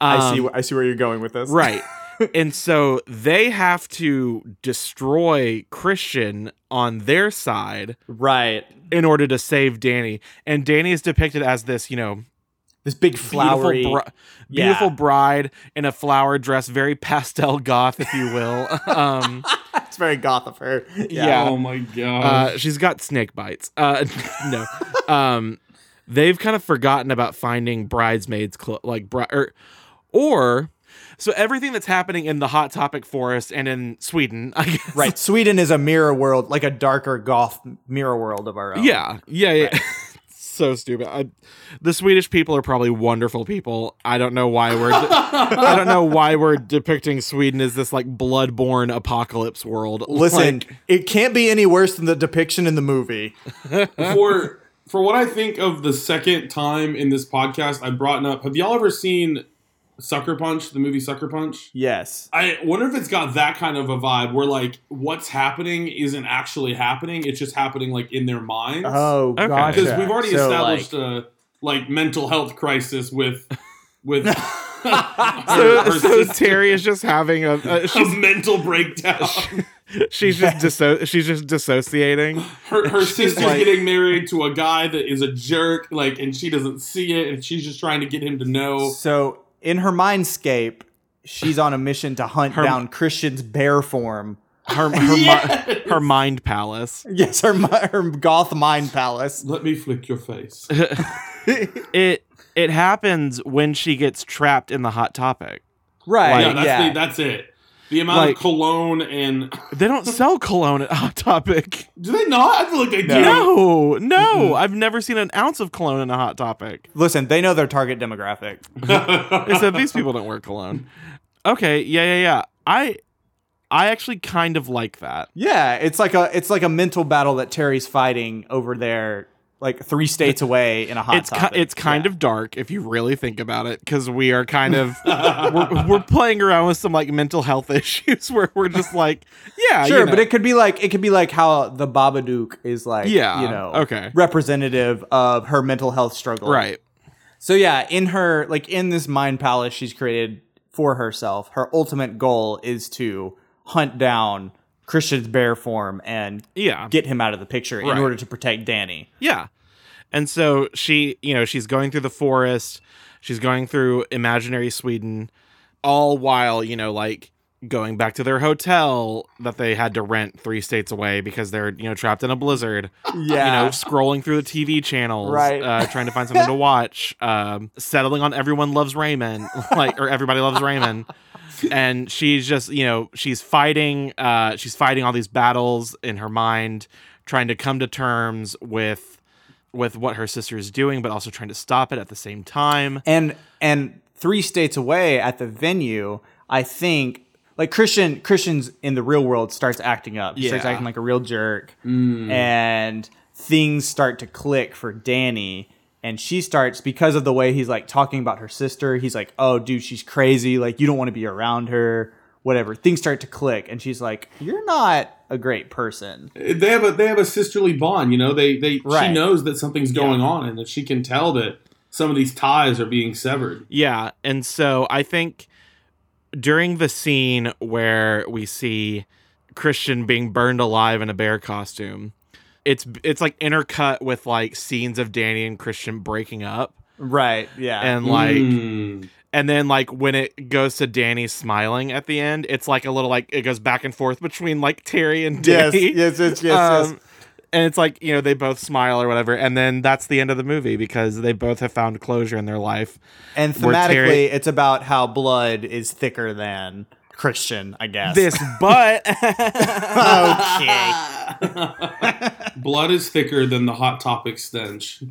[SPEAKER 1] I see
[SPEAKER 2] Um,
[SPEAKER 1] wh- I see where you're going with this.
[SPEAKER 2] Right. and so they have to destroy Christian on their side
[SPEAKER 1] Right.
[SPEAKER 2] in order to save Danny. And Danny is depicted as this, you know,
[SPEAKER 1] This big flowery
[SPEAKER 2] beautiful, bri-
[SPEAKER 1] yeah.
[SPEAKER 2] beautiful bride in a flower dress, very pastel goth, if you will. um,
[SPEAKER 1] It's very goth of her.
[SPEAKER 2] yeah.
[SPEAKER 5] Oh my god.
[SPEAKER 2] Uh,
[SPEAKER 1] um.
[SPEAKER 2] she's got snake bites. Uh, no. Um, they've kind of forgotten about finding bridesmaids, cl- like bri- or, or so everything that's happening in the hot topic forest and in Sweden, I guess.
[SPEAKER 1] Right. Sweden is a mirror world, like a darker goth mirror world of our
[SPEAKER 5] Oh,
[SPEAKER 1] own.
[SPEAKER 2] Yeah, yeah, yeah. so stupid. I, the Swedish people are probably wonderful people. I don't know why we're. de- I don't know why we're depicting Sweden as this like bloodborne apocalypse world.
[SPEAKER 1] Listen,
[SPEAKER 2] Like,
[SPEAKER 1] it can't be any worse than the depiction in the movie.
[SPEAKER 5] for for what I think of the second time in this podcast, I brought up. Have y'all ever seen Sucker Punch? The movie Sucker Punch.
[SPEAKER 1] Yes.
[SPEAKER 5] I wonder if it's got that kind of a vibe where like what's happening isn't actually happening; it's just happening like in their minds.
[SPEAKER 1] Oh,
[SPEAKER 2] Okay.
[SPEAKER 1] gosh.
[SPEAKER 5] because we've already
[SPEAKER 1] So,
[SPEAKER 5] established
[SPEAKER 1] like-
[SPEAKER 5] a like mental health crisis with with her, her
[SPEAKER 2] so, so
[SPEAKER 5] sister-
[SPEAKER 2] Terry is just having a. Uh,
[SPEAKER 5] a
[SPEAKER 2] she's
[SPEAKER 5] mental breakdown.
[SPEAKER 2] she's just disso- she's just dissociating.
[SPEAKER 5] Her, her sister's
[SPEAKER 2] like-
[SPEAKER 5] getting married to a guy that is a jerk, like, and she doesn't see it, and she's just trying to get him to know.
[SPEAKER 1] So in her mindscape, she's on a mission to hunt down Christian's bear form.
[SPEAKER 2] Her her, mi-
[SPEAKER 5] Yes!
[SPEAKER 2] her mind palace.
[SPEAKER 1] Yes, her mi- her goth mind palace.
[SPEAKER 5] Let me flick your face.
[SPEAKER 2] It it happens when she gets trapped in the hot topic.
[SPEAKER 1] Right.
[SPEAKER 5] yeah, that's, The, that's it. The amount
[SPEAKER 2] Like-
[SPEAKER 5] of cologne and
[SPEAKER 2] They don't sell cologne at Hot Topic.
[SPEAKER 5] do they not? I feel like they do.
[SPEAKER 2] No, no, I've never seen an ounce of cologne in a hot topic.
[SPEAKER 1] Listen, they know their target demographic.
[SPEAKER 2] They said these people don't wear cologne. Okay, yeah, yeah, yeah. I, I actually kind of like that.
[SPEAKER 1] Yeah, it's like a it's like a mental battle that Terry's fighting over there like three states away in a hot
[SPEAKER 2] it's ki-
[SPEAKER 1] topic.
[SPEAKER 2] it's kind of dark if you really think about it because we are kind of we're, we're playing around with some like mental health issues where we're just like yeah
[SPEAKER 1] sure,
[SPEAKER 2] you know.
[SPEAKER 1] but it could be like it could be like how the Babadook is like
[SPEAKER 2] Yeah,
[SPEAKER 1] you know
[SPEAKER 2] okay.
[SPEAKER 1] representative of her mental health struggle.
[SPEAKER 2] right
[SPEAKER 1] So yeah, in her like in this mind palace she's created for herself, her ultimate goal is to hunt down Christian's bear form and
[SPEAKER 2] yeah
[SPEAKER 1] get him out of the picture in
[SPEAKER 2] Right.
[SPEAKER 1] order to protect Danny.
[SPEAKER 2] yeah and so she you know she's going through the forest she's going through imaginary sweden all while you know like going back to their hotel that they had to rent three states away because they're you know trapped in a blizzard you know, scrolling through the TV channels,
[SPEAKER 1] Right.
[SPEAKER 2] uh, trying to find something to watch, um, settling on everyone loves Raymond, like or everybody loves Raymond, and she's just you know she's fighting, uh, she's fighting all these battles in her mind, trying to come to terms with with what her sister is doing, but also trying to stop it at the same time.
[SPEAKER 1] and and three states away at the venue i think like christian christian's in the real world starts acting up he starts
[SPEAKER 2] Yeah.
[SPEAKER 1] acting like a real jerk Mm. and things start to click for danny and she starts because of the way he's like talking about her sister he's like oh dude she's crazy like you don't want to be around her whatever things start to click and she's like you're not a great person
[SPEAKER 5] they have a they have a sisterly bond. You know, they they
[SPEAKER 1] Right.
[SPEAKER 5] she knows that something's going on and that she can tell that some of these ties are being severed.
[SPEAKER 2] Yeah, and so I think during the scene where we see Christian being burned alive in a bear costume, it's it's like intercut with like scenes of Danny and Christian breaking up
[SPEAKER 1] right yeah
[SPEAKER 2] and like
[SPEAKER 5] Mm.
[SPEAKER 2] and then like when it goes to Danny smiling at the end, it's like a little like it goes back and forth between like Terry and
[SPEAKER 1] yes
[SPEAKER 2] Danny.
[SPEAKER 1] yes yes yes, yes.
[SPEAKER 2] Um, and it's like you know they both smile or whatever, and then that's the end of the movie because they both have found closure in their life.
[SPEAKER 1] And
[SPEAKER 2] We're
[SPEAKER 1] thematically,
[SPEAKER 2] tearing-
[SPEAKER 1] it's about how blood is thicker than Christian, I guess.
[SPEAKER 2] This, but
[SPEAKER 1] okay.
[SPEAKER 5] Blood is thicker than the hot topic stench.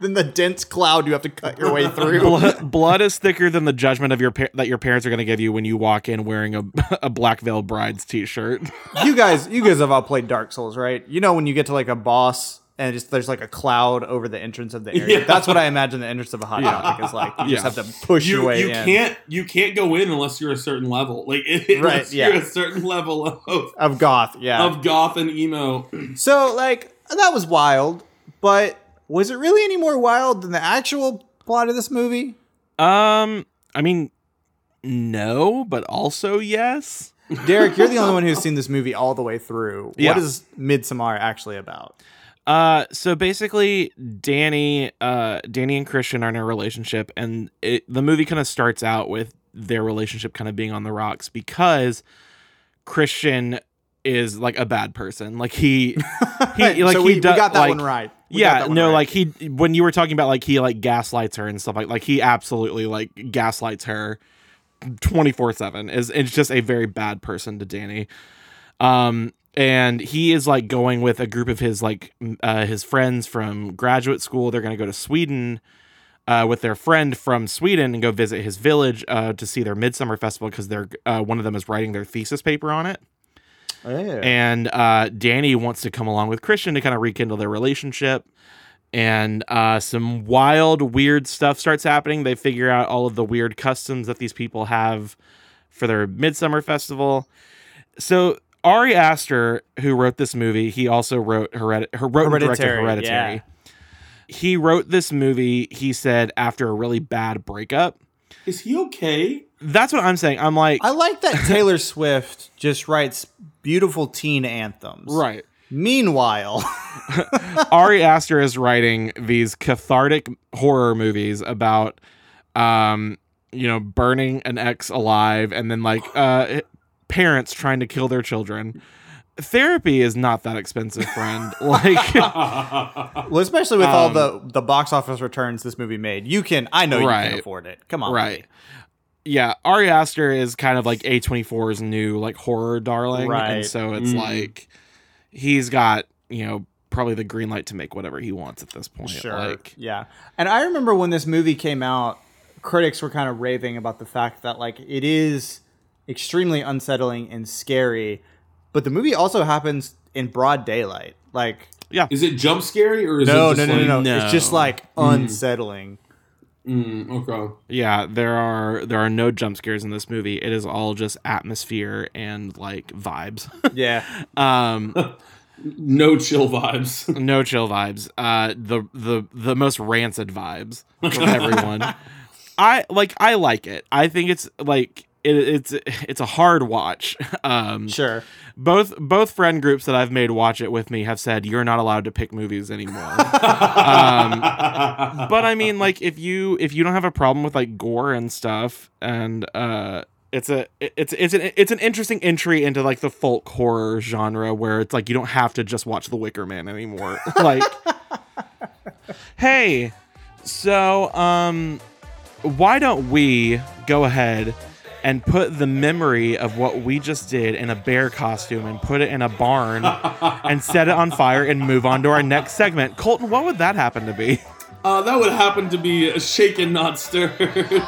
[SPEAKER 1] then the dense cloud you have to cut your way through.
[SPEAKER 2] blood, blood is thicker than the judgment of your par- that your parents are going to give you when you walk in wearing a, a black veil bride's t-shirt.
[SPEAKER 1] you guys, you guys have all played Dark Souls, right? You know when you get to like a boss and just there's like a cloud over the entrance of the area.
[SPEAKER 5] Yeah.
[SPEAKER 1] That's what I imagine the entrance of a hot topic is like. You
[SPEAKER 2] Yeah.
[SPEAKER 1] just have to push your
[SPEAKER 5] You,
[SPEAKER 1] way
[SPEAKER 5] you
[SPEAKER 1] in.
[SPEAKER 5] can't you can't go in unless you're a certain level. Like
[SPEAKER 1] Right,
[SPEAKER 5] unless
[SPEAKER 1] yeah.
[SPEAKER 5] you're a certain level of
[SPEAKER 1] Of goth, yeah.
[SPEAKER 5] of goth and emo.
[SPEAKER 1] so like that was wild, but was it really any more wild than the actual plot of this movie?
[SPEAKER 2] Um, I mean, no, but also yes.
[SPEAKER 1] Derek, you're the only one who's seen this movie all the way through.
[SPEAKER 2] Yeah.
[SPEAKER 1] What is Midsommar actually about?
[SPEAKER 2] Uh, so basically, Danny, uh, Danny and Christian are in a relationship, and it, the movie kind of starts out with their relationship kind of being on the rocks because Christian is like a bad person. Like he, he, like
[SPEAKER 1] so
[SPEAKER 2] he
[SPEAKER 1] we,
[SPEAKER 2] do-
[SPEAKER 1] we got that
[SPEAKER 2] like,
[SPEAKER 1] one right. We got
[SPEAKER 2] yeah,
[SPEAKER 1] that one
[SPEAKER 2] no,
[SPEAKER 1] right.
[SPEAKER 2] like he when you were talking about like he like gaslights her and stuff like like he absolutely like gaslights her twenty four seven is is just a very bad person to Danny, um and he is like going with a group of his like m- uh, his friends from graduate school. They're gonna go to Sweden. Uh, with their friend from Sweden and go visit his village uh, to see their midsummer festival because they're uh, one of them is writing their thesis paper on it
[SPEAKER 1] Yeah.
[SPEAKER 2] and uh, Danny wants to come along with Christian to kind of rekindle their relationship. And uh, some wild, weird stuff starts happening. They figure out all of the weird customs that these people have for their midsummer festival. So Ari Aster, who wrote this movie, he also wrote Heredit- her- wrote and directed
[SPEAKER 1] Hereditary,
[SPEAKER 2] Hereditary. He wrote this movie. He said after a really bad breakup.
[SPEAKER 5] Is he okay?
[SPEAKER 2] That's what I'm saying. I'm like,
[SPEAKER 1] I like that Taylor Swift just writes beautiful teen anthems.
[SPEAKER 2] right.
[SPEAKER 1] Meanwhile,
[SPEAKER 2] Ari Aster is writing these cathartic horror movies about, um, you know, burning an ex alive and then like uh, parents trying to kill their children. Therapy is not that expensive, friend. Like,
[SPEAKER 1] well, especially with
[SPEAKER 2] Um,
[SPEAKER 1] all the the box office returns this movie made, you can. I know you
[SPEAKER 2] Right.
[SPEAKER 1] can afford it. Come on,
[SPEAKER 2] right. Yeah, Ari Aster is kind of like A24's new like horror darling.
[SPEAKER 1] Right. Mm.
[SPEAKER 2] And so it's like he's got, you know, probably the green light to make whatever he wants at this point.
[SPEAKER 1] Sure.
[SPEAKER 2] Like,
[SPEAKER 1] yeah. And I remember when this movie came out, critics were kind of raving about the fact that like it is extremely unsettling and scary, but the movie also happens in broad daylight. Like
[SPEAKER 2] Yeah.
[SPEAKER 5] Is it jump scary or is
[SPEAKER 1] No,
[SPEAKER 5] it
[SPEAKER 1] no,
[SPEAKER 5] just
[SPEAKER 1] no, no,
[SPEAKER 5] like,
[SPEAKER 1] no,
[SPEAKER 2] No.
[SPEAKER 1] It's just like unsettling.
[SPEAKER 5] Mm, okay.
[SPEAKER 2] Yeah, there are there are no jump scares in this movie. It is all just atmosphere and like vibes.
[SPEAKER 1] Yeah.
[SPEAKER 2] um
[SPEAKER 5] No chill vibes.
[SPEAKER 2] no chill vibes. Uh the the the most rancid vibes from everyone. I like I like it. I think it's like it, it's it's a hard watch. Um
[SPEAKER 1] Sure.
[SPEAKER 2] both both friend groups that I've made watch it with me have said you're not allowed to pick movies anymore. um, but I mean, like if you if you don't have a problem with like gore and stuff, and uh, it's a it's it's an it's an interesting entry into like the folk horror genre where it's like you don't have to just watch The Wicker Man anymore. like, hey, so um, why don't we go ahead? And put the memory of what we just did in a bear costume and put it in a barn and set it on fire and move on to our next segment. Colton, what would that happen to be?
[SPEAKER 5] Uh, that would happen to be a shaken, not stirred.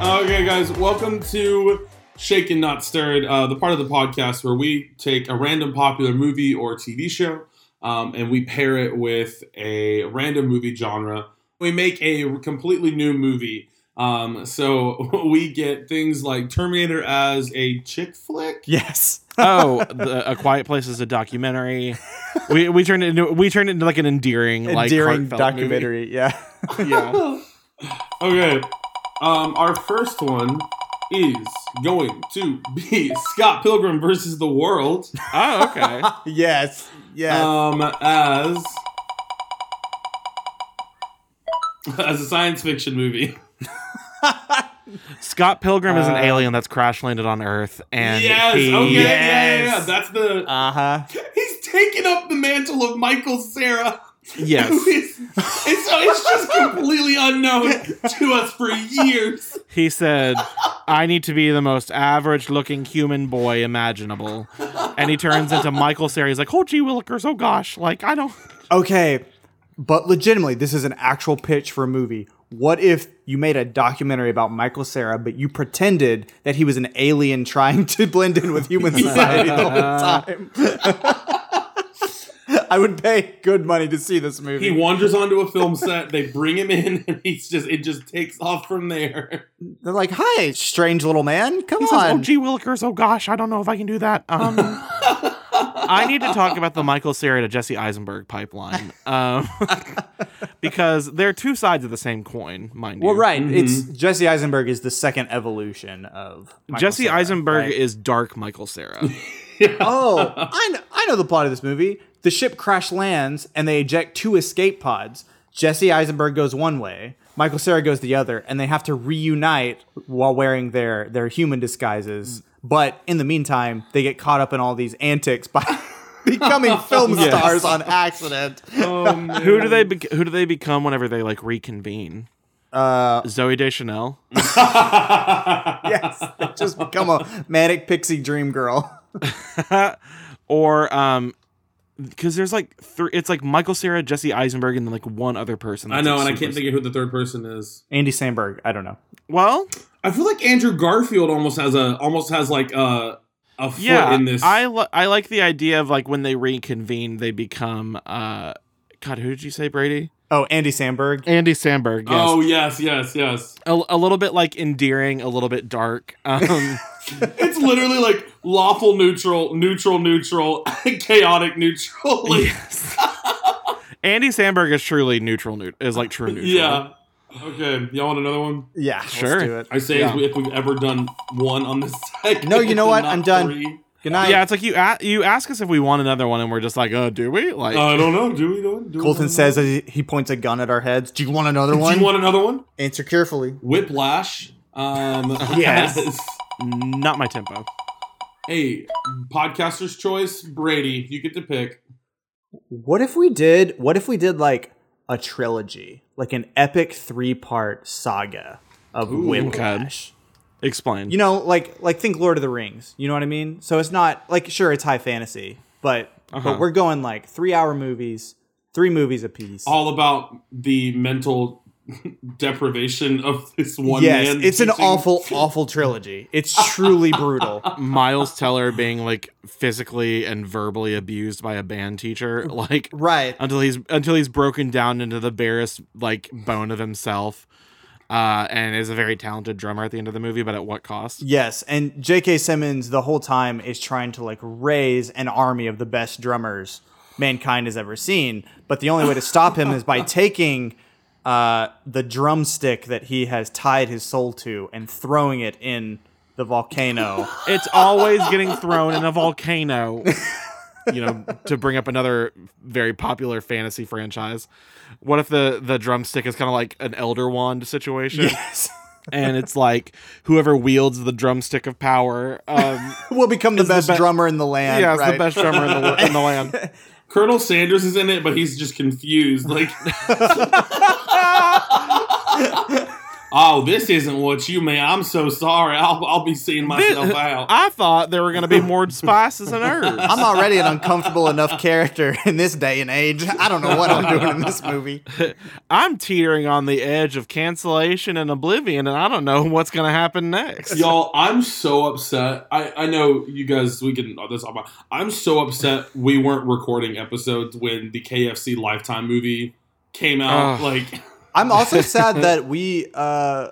[SPEAKER 5] Okay, guys, welcome to Shaken Not Stirred, uh, the part of the podcast where we take a random popular movie or TV show um, and we pair it with a random movie genre. We make a completely new movie. Um, so we get things like Terminator as a chick flick.
[SPEAKER 1] Yes.
[SPEAKER 2] oh, the, A Quiet Place is a documentary. We we turned it into we turned it into like an endearing, like
[SPEAKER 1] Endearing
[SPEAKER 2] heartfelt movie.
[SPEAKER 1] documentary. Yeah.
[SPEAKER 2] Yeah.
[SPEAKER 5] Okay. Um, our first one is going to be Scott Pilgrim versus the World.
[SPEAKER 2] Oh, okay.
[SPEAKER 1] yes. Yes.
[SPEAKER 5] um, as as a science fiction movie.
[SPEAKER 2] Scott Pilgrim is an
[SPEAKER 1] Uh,
[SPEAKER 2] alien that's crash landed on Earth, and
[SPEAKER 5] yes,
[SPEAKER 2] he- Uh-huh.
[SPEAKER 5] okay, yeah, yeah, yeah.
[SPEAKER 1] Yes.
[SPEAKER 5] That's the
[SPEAKER 1] Uh huh.
[SPEAKER 5] he's taking up the mantle of Michael Sarah. who
[SPEAKER 2] yes,
[SPEAKER 5] is- it's, it's just completely unknown to us for years.
[SPEAKER 2] he said, "I need to be the most average-looking human boy imaginable," and he turns into Michael Cera. He's like, "Oh gee, Willikers, oh gosh, like I don't."
[SPEAKER 1] Okay. But legitimately, this is an actual pitch for a movie. What if you made a documentary about Michael Sarah, but you pretended that he was an alien trying to blend in with human society the whole time? I would pay good money to see this
[SPEAKER 5] He
[SPEAKER 1] movie.
[SPEAKER 5] wanders onto a film set. They bring him in, and he's just it just takes off from there.
[SPEAKER 1] They're like, "Hi, strange little man, come
[SPEAKER 2] He says, "Oh
[SPEAKER 1] on."
[SPEAKER 2] gee, Willikers, oh gosh, I don't know if I can do that." Um, I need to talk about the Michael Cera to Jesse Eisenberg pipeline, um, because they're two sides of the same coin, mind
[SPEAKER 1] well,
[SPEAKER 2] you.
[SPEAKER 1] right. It's Mm-hmm. Jesse Eisenberg is the second evolution of Michael
[SPEAKER 2] Jesse
[SPEAKER 1] Cera,
[SPEAKER 2] Eisenberg
[SPEAKER 1] right?
[SPEAKER 2] is dark Michael Cera.
[SPEAKER 1] oh, I know, I know the plot of this movie. The ship crash lands and they eject two escape pods. Jesse Eisenberg goes one way, Michael Sarah goes the other, and they have to reunite while wearing their their human disguises. But in the meantime, they get caught up in all these antics by becoming film stars on accident.
[SPEAKER 2] who do they bec who do they become whenever they like reconvene? Uh, Zoe Deschanel.
[SPEAKER 1] Yes, they just become a manic pixie dream girl.
[SPEAKER 2] or um because there's like three it's like michael Cera, jesse eisenberg and then like one other person
[SPEAKER 5] I
[SPEAKER 2] that's,
[SPEAKER 5] know,
[SPEAKER 2] like,
[SPEAKER 5] and I
[SPEAKER 2] super-
[SPEAKER 5] can't think of who the third person is.
[SPEAKER 1] Andy Samberg, I don't know.
[SPEAKER 2] well
[SPEAKER 5] I feel like Andrew Garfield almost has a almost has like a a foot
[SPEAKER 2] yeah
[SPEAKER 5] in this.
[SPEAKER 2] i li- i like the idea of like when they reconvene they become uh god who did you say brady
[SPEAKER 1] Oh, Andy Samberg.
[SPEAKER 2] andy sandberg yes
[SPEAKER 5] Oh yes, yes, yes.
[SPEAKER 2] a, a little bit like endearing a little bit dark um
[SPEAKER 5] It's literally like lawful neutral, neutral neutral, chaotic neutral. Like,
[SPEAKER 2] andy sandberg is truly neutral neut- is like true neutral
[SPEAKER 5] yeah. Okay, y'all want another one?
[SPEAKER 1] Yeah,
[SPEAKER 2] Sure.
[SPEAKER 1] Let's do it.
[SPEAKER 5] I say
[SPEAKER 2] Yeah.
[SPEAKER 5] as we, if we've ever done one on this. Segment,
[SPEAKER 1] No, you know
[SPEAKER 5] and
[SPEAKER 1] what?
[SPEAKER 5] not
[SPEAKER 1] I'm done.
[SPEAKER 5] three.
[SPEAKER 1] Good night.
[SPEAKER 2] yeah, it's like you a- you ask us if we want another one, and we're just like, oh, do we? Like,
[SPEAKER 5] Uh, I don't know. Do we? Do, we- do we-
[SPEAKER 1] Colton says as he- he points a gun at our heads. Do you want another
[SPEAKER 5] Do
[SPEAKER 1] one?
[SPEAKER 5] you want another one?
[SPEAKER 1] Answer carefully.
[SPEAKER 5] Whiplash. Um,
[SPEAKER 1] Yes.
[SPEAKER 5] as-
[SPEAKER 2] not my tempo.
[SPEAKER 5] Hey, podcaster's choice, Brady. You get to pick.
[SPEAKER 1] What if we did? What if we did like a trilogy, like an epic three-part saga of Whiplash?
[SPEAKER 2] Explain.
[SPEAKER 1] You know, like like think Lord of the Rings. You know what I mean? So it's not like sure it's high fantasy, but but we're going like three-hour movies, three movies apiece.
[SPEAKER 5] All about the mental deprivation of this one
[SPEAKER 1] yes,
[SPEAKER 5] man.
[SPEAKER 1] it's an
[SPEAKER 5] teaching-
[SPEAKER 1] awful, awful trilogy. It's truly brutal.
[SPEAKER 2] Miles Teller being like physically and verbally abused by a band teacher, like
[SPEAKER 1] Right.
[SPEAKER 2] until he's until he's broken down into the barest like bone of himself, uh, and is a very talented drummer at the end of the movie, but at what cost?
[SPEAKER 1] Yes, and J.K. Simmons the whole time is trying to like raise an army of the best drummers mankind has ever seen. But the only way to stop him is by taking uh, the drumstick that he has tied his soul to and throwing it in the volcano.
[SPEAKER 2] It's always getting thrown in a volcano. You know, to bring up another very popular fantasy franchise. What if the the drumstick is kind of like an elder wand situation?
[SPEAKER 1] yes,
[SPEAKER 2] and it's like whoever wields the drumstick of power um
[SPEAKER 1] will become the best
[SPEAKER 2] be-
[SPEAKER 1] drummer in the land.
[SPEAKER 2] yeah it's
[SPEAKER 1] right?
[SPEAKER 2] the best drummer in the, in the land
[SPEAKER 5] Colonel Sanders is in it, but he's just confused. Like, oh, this isn't what you mean. I'm so sorry. I'll, I'll be seeing myself out.
[SPEAKER 2] i thought there were going to be more spices and herbs
[SPEAKER 1] I'm already an uncomfortable enough character in this day and age. I don't know what I'm doing in this movie.
[SPEAKER 2] i'm teetering on the edge of cancellation and oblivion and i don't know what's going to happen next
[SPEAKER 5] Y'all, I'm so upset. I, I know you guys. We can oh, this. I'm, I'm so upset. We weren't recording episodes when the KFC Lifetime movie came out.
[SPEAKER 2] Ugh.
[SPEAKER 5] Like,
[SPEAKER 1] I'm also sad that we uh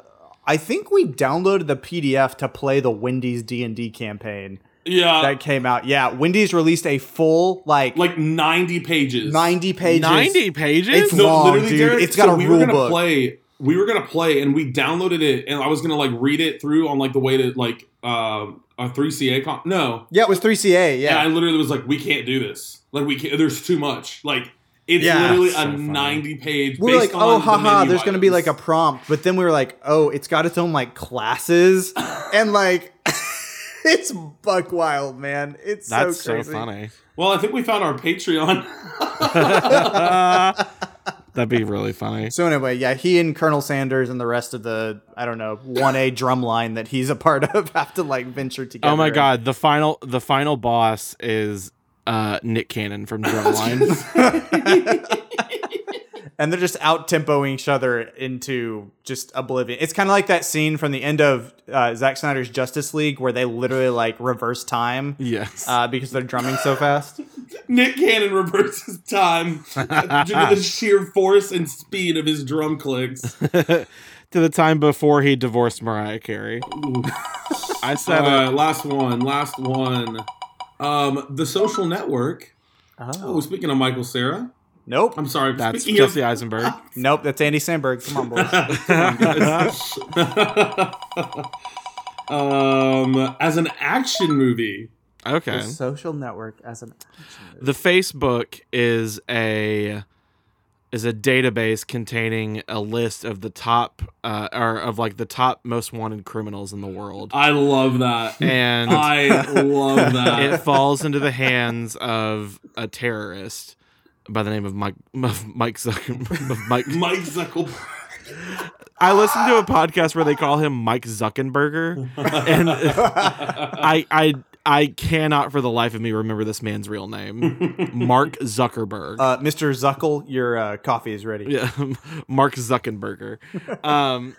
[SPEAKER 1] I think we downloaded the PDF to play the Wendy's D&D campaign
[SPEAKER 5] yeah,
[SPEAKER 1] that came out. Yeah, Wendy's released a full like,
[SPEAKER 5] Uh, like 90 pages.
[SPEAKER 1] 90 pages.
[SPEAKER 2] 90 pages
[SPEAKER 1] It's
[SPEAKER 5] No,
[SPEAKER 1] long,
[SPEAKER 5] literally,
[SPEAKER 1] dude.
[SPEAKER 5] Derek,
[SPEAKER 1] it's got
[SPEAKER 5] so
[SPEAKER 1] a
[SPEAKER 5] we
[SPEAKER 1] rule
[SPEAKER 5] were gonna
[SPEAKER 1] book.
[SPEAKER 5] Play, we were gonna play, and we downloaded it, and I was gonna like read it through on like the way to like um a three CA con. No,
[SPEAKER 1] Yeah, it was 3CA.
[SPEAKER 5] yeah.
[SPEAKER 1] Yeah.
[SPEAKER 5] I literally was like, we can't do this. Like we can't. There's too much. Like it's
[SPEAKER 1] Yeah.
[SPEAKER 5] literally
[SPEAKER 2] So
[SPEAKER 5] a
[SPEAKER 2] funny.
[SPEAKER 5] 90 page.
[SPEAKER 1] we were
[SPEAKER 5] based
[SPEAKER 1] like, oh,
[SPEAKER 5] on the
[SPEAKER 1] haha,
[SPEAKER 5] menu
[SPEAKER 1] there's going to be
[SPEAKER 5] items.
[SPEAKER 1] like a prompt. But then we were like, oh, it's got its own like classes. and like, it's buck wild, man. It's
[SPEAKER 2] that's
[SPEAKER 1] so
[SPEAKER 2] so,
[SPEAKER 1] crazy.
[SPEAKER 2] funny
[SPEAKER 5] Well, I think we found our Patreon.
[SPEAKER 2] that'd be really funny
[SPEAKER 1] So anyway, yeah, he and Colonel Sanders and the rest of the I don't know one A drum line that he's a part of have to like venture together.
[SPEAKER 2] oh my god the final the final boss is uh nick cannon from drumline
[SPEAKER 1] And they're just out tempoing each other into just oblivion. It's kind of like that scene from the end of uh, Zack Snyder's Justice League where they literally like reverse time
[SPEAKER 2] yes
[SPEAKER 1] uh, because they're drumming so fast.
[SPEAKER 5] Nick Cannon reverses time due to the sheer force and speed of his drum clicks.
[SPEAKER 2] to the time before he divorced Mariah Carey. I said
[SPEAKER 5] Uh, last one, last one. Um, the Social Network. Oh, speaking of Michael Sarah,
[SPEAKER 1] Nope,
[SPEAKER 5] I'm sorry.
[SPEAKER 2] that's
[SPEAKER 5] speaking
[SPEAKER 2] Jesse
[SPEAKER 5] of,
[SPEAKER 2] Eisenberg.
[SPEAKER 1] nope, that's Andy Sandberg. Come on, boys.
[SPEAKER 5] um, as an action movie,
[SPEAKER 2] Okay.
[SPEAKER 1] Social network as an
[SPEAKER 2] The Facebook is a is a database containing a list of the top uh, or of like the top most wanted criminals in the world.
[SPEAKER 5] I love that.
[SPEAKER 2] And
[SPEAKER 5] I uh, love
[SPEAKER 2] it
[SPEAKER 5] that.
[SPEAKER 2] falls into the hands of a terrorist by the name of Mike of Mike Zuckerberg. Of Mike.
[SPEAKER 5] Mike Zuckerberg.
[SPEAKER 2] I listened to a podcast where they call him Mike Zuckerberger, and I I I cannot for the life of me remember this man's real name, Mark Zuckerberg.
[SPEAKER 1] uh, Mr. Zuckel, your uh, coffee is ready.
[SPEAKER 2] yeah, um, Mark Zuckerberger. Um,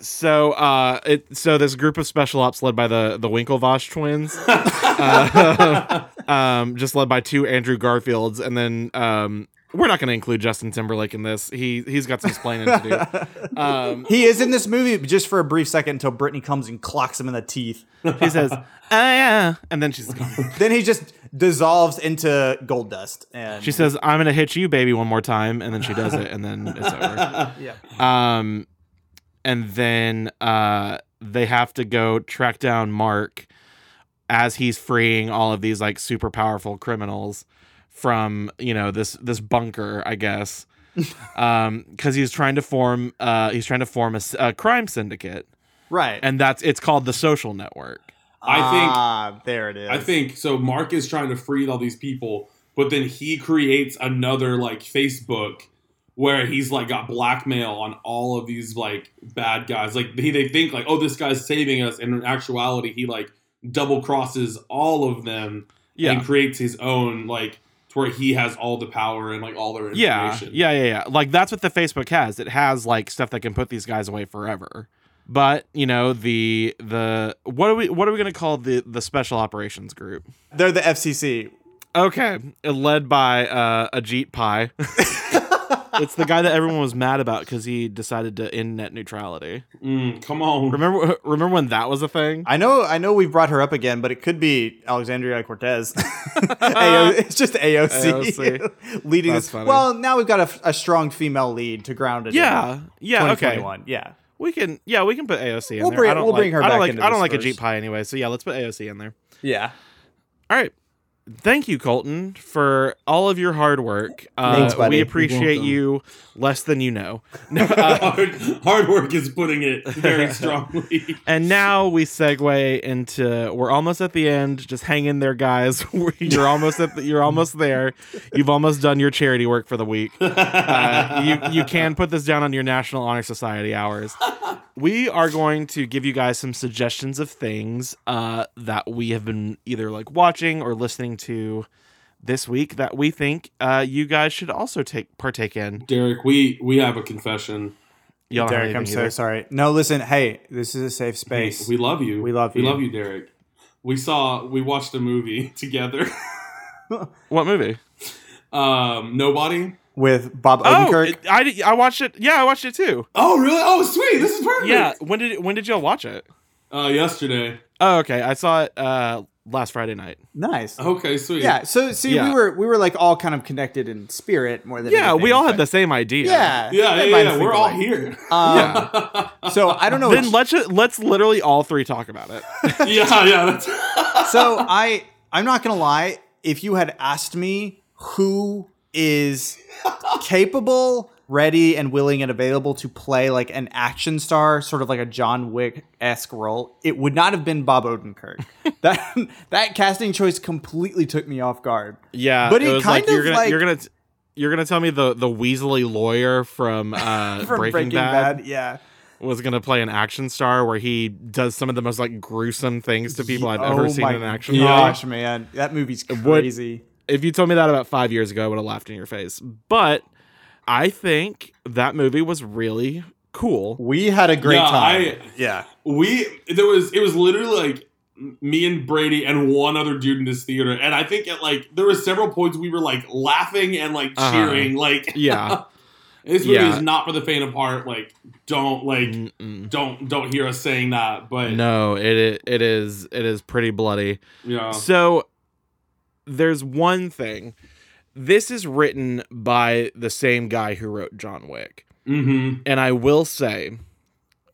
[SPEAKER 2] so uh, it so this group of special ops led by the the Winklevoss twins, uh, um, just led by two Andrew Garfields, and then um, we're not going to include Justin Timberlake in this. He he's got some explaining to do. Um,
[SPEAKER 1] He is in this movie but just for a brief second until Brittany comes and clocks him in the teeth.
[SPEAKER 2] he says, "Ah, yeah," and then she's gone.
[SPEAKER 1] Then he just dissolves into gold dust, and
[SPEAKER 2] She says, "I'm gonna hit you, baby, one more time," and then she does it, and then it's over.
[SPEAKER 1] Yeah.
[SPEAKER 2] Um, and then uh, they have to go track down Mark as he's freeing all of these like super powerful criminals from you know this this bunker, I guess, um, because he's trying to form uh he's trying to form a, s- a crime syndicate,
[SPEAKER 1] right.
[SPEAKER 2] and that's it's called the Social Network.
[SPEAKER 5] I think
[SPEAKER 1] ah, there it is.
[SPEAKER 5] I think so. Mark is trying to free all these people, but then he creates another like Facebook where he's like got blackmail on all of these like bad guys. Like he, they think like, oh, this guy's saving us, and in actuality, he like double crosses all of them
[SPEAKER 2] Yeah.
[SPEAKER 5] and creates his own like to where he has all the power and like all their
[SPEAKER 2] Yeah,
[SPEAKER 5] information.
[SPEAKER 2] yeah, yeah, yeah. Like that's what the Facebook has. It has like stuff that can put these guys away forever. But you know the the what are we what are we gonna call the the special operations group?
[SPEAKER 1] They're the FCC.
[SPEAKER 2] Okay, led by uh, Ajit Pai. it's the guy that everyone was mad about because he decided to end net neutrality.
[SPEAKER 5] Mm, come on.
[SPEAKER 2] Remember remember when that was a thing?
[SPEAKER 1] I know, I know, we've brought her up again, but it could be Alexandria Cortez. AO, it's just AOC,
[SPEAKER 2] AOC.
[SPEAKER 1] leading
[SPEAKER 2] That's
[SPEAKER 1] us.
[SPEAKER 2] funny.
[SPEAKER 1] Well, now we've got a, f- a strong female lead to ground it. in
[SPEAKER 2] Yeah, yeah, okay.
[SPEAKER 1] 2021. Yeah,
[SPEAKER 2] We can, yeah, we can put AOC in
[SPEAKER 1] We'll
[SPEAKER 2] there.
[SPEAKER 1] bring-
[SPEAKER 2] I don't
[SPEAKER 1] we'll
[SPEAKER 2] like,
[SPEAKER 1] bring her
[SPEAKER 2] I don't
[SPEAKER 1] back
[SPEAKER 2] like,
[SPEAKER 1] into
[SPEAKER 2] I don't
[SPEAKER 1] this
[SPEAKER 2] like a
[SPEAKER 1] first.
[SPEAKER 2] Jeep Pie anyway, so yeah, let's put AOC in there.
[SPEAKER 1] yeah.
[SPEAKER 2] All right. Thank you, Colton, for all of your hard work. Uh,
[SPEAKER 1] Thanks, buddy.
[SPEAKER 2] We
[SPEAKER 1] You're
[SPEAKER 2] appreciate
[SPEAKER 5] welcome.
[SPEAKER 2] you less than you know.
[SPEAKER 5] hard, hard work is putting it very strongly.
[SPEAKER 2] And now we segue into we're almost at the end. Just hang in there, guys. you're almost at the, you're almost there. You've almost done your charity work for the week. Uh, you you can put this down on your National Honor Society hours. We are going to give you guys some suggestions of things uh, that we have been either like watching or listening to this week that we think uh, you guys should also take partake in.
[SPEAKER 5] Derek, we we have a confession.
[SPEAKER 2] Y'all don't have
[SPEAKER 1] Derek, I'm
[SPEAKER 2] anything
[SPEAKER 1] so
[SPEAKER 2] either.
[SPEAKER 1] sorry. No, listen. Hey, this is a safe
[SPEAKER 5] Hey,
[SPEAKER 1] space.
[SPEAKER 5] we love you.
[SPEAKER 1] We love
[SPEAKER 5] We
[SPEAKER 1] you.
[SPEAKER 5] love you, Derek. We saw we watched a movie together.
[SPEAKER 2] What movie?
[SPEAKER 5] Um, nobody.
[SPEAKER 1] With Bob
[SPEAKER 2] Oh,
[SPEAKER 1] Odenkirk.
[SPEAKER 2] I, I- I watched it. Yeah, I watched it too.
[SPEAKER 5] Oh really? Oh sweet. This is perfect.
[SPEAKER 2] Yeah. When did when did y'all watch it?
[SPEAKER 5] Uh, yesterday.
[SPEAKER 2] Oh, okay. I saw it uh last Friday night.
[SPEAKER 1] nice.
[SPEAKER 5] Okay, sweet.
[SPEAKER 1] Yeah. So see,
[SPEAKER 2] Oh, Yeah.
[SPEAKER 1] we were we were like all kind of connected in spirit more than
[SPEAKER 2] Yeah, we
[SPEAKER 1] anything,
[SPEAKER 2] all had
[SPEAKER 1] but-
[SPEAKER 2] the same idea.
[SPEAKER 1] Yeah.
[SPEAKER 5] Yeah, yeah,
[SPEAKER 1] that
[SPEAKER 5] yeah,
[SPEAKER 1] might
[SPEAKER 5] yeah,
[SPEAKER 1] think
[SPEAKER 5] We're all
[SPEAKER 1] alike.
[SPEAKER 5] here.
[SPEAKER 1] Um,
[SPEAKER 5] yeah,
[SPEAKER 1] So I don't know.
[SPEAKER 2] Then
[SPEAKER 1] what-
[SPEAKER 2] let's ju- let's literally all three talk about it.
[SPEAKER 5] yeah. That's,
[SPEAKER 1] so I I'm not gonna lie. If you had asked me who is capable, ready, and willing and available to play like an action star, sort of like a John Wick esque role, it would not have been Bob Odenkirk. that that casting choice completely took me off guard.
[SPEAKER 2] Yeah,
[SPEAKER 1] But it
[SPEAKER 2] was
[SPEAKER 1] kind
[SPEAKER 2] you're
[SPEAKER 1] of,
[SPEAKER 2] gonna,
[SPEAKER 1] like-
[SPEAKER 2] you're gonna t- you're gonna tell me the the Weasley lawyer from uh
[SPEAKER 1] From
[SPEAKER 2] Breaking, Bad,
[SPEAKER 1] yeah.
[SPEAKER 2] was gonna play an action star where he does some of the most like gruesome things to people I've
[SPEAKER 1] Oh
[SPEAKER 2] ever seen
[SPEAKER 1] my
[SPEAKER 2] in an action. movie.
[SPEAKER 1] Gosh, man, that movie's
[SPEAKER 2] would-
[SPEAKER 1] crazy.
[SPEAKER 2] if you told me that about five years ago, I would have laughed in your face. But I think that movie was really cool.
[SPEAKER 1] We had a great
[SPEAKER 5] Yeah,
[SPEAKER 1] time.
[SPEAKER 5] I-
[SPEAKER 1] yeah,
[SPEAKER 5] we there was it was literally like me and Brady and one other dude in this theater, and I think at like there was several points we were like laughing and like
[SPEAKER 2] Uh-huh.
[SPEAKER 5] cheering. Like
[SPEAKER 2] Yeah.
[SPEAKER 5] this movie
[SPEAKER 2] Yeah.
[SPEAKER 5] is not for the faint of heart. Like don't like
[SPEAKER 1] Mm.
[SPEAKER 2] Mm-mm.
[SPEAKER 5] don't don't hear us saying that. But
[SPEAKER 2] No, it i- it is it is pretty bloody.
[SPEAKER 5] yeah,
[SPEAKER 2] So there's one thing. This is written by the same guy who wrote John Wick.
[SPEAKER 5] mm-hmm.
[SPEAKER 2] And I will say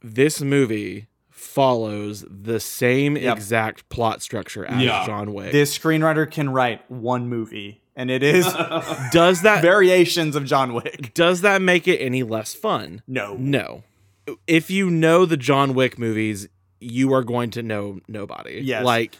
[SPEAKER 2] this movie follows the same
[SPEAKER 1] Yep.
[SPEAKER 2] exact plot structure as
[SPEAKER 5] Yeah.
[SPEAKER 2] John Wick.
[SPEAKER 1] this screenwriter can write one movie, and it is
[SPEAKER 2] does that
[SPEAKER 1] variations of John Wick.
[SPEAKER 2] does that make it any less fun?
[SPEAKER 1] No.
[SPEAKER 2] No. If you know the John Wick movies, you are going to know nobody.
[SPEAKER 1] Yes.
[SPEAKER 2] Like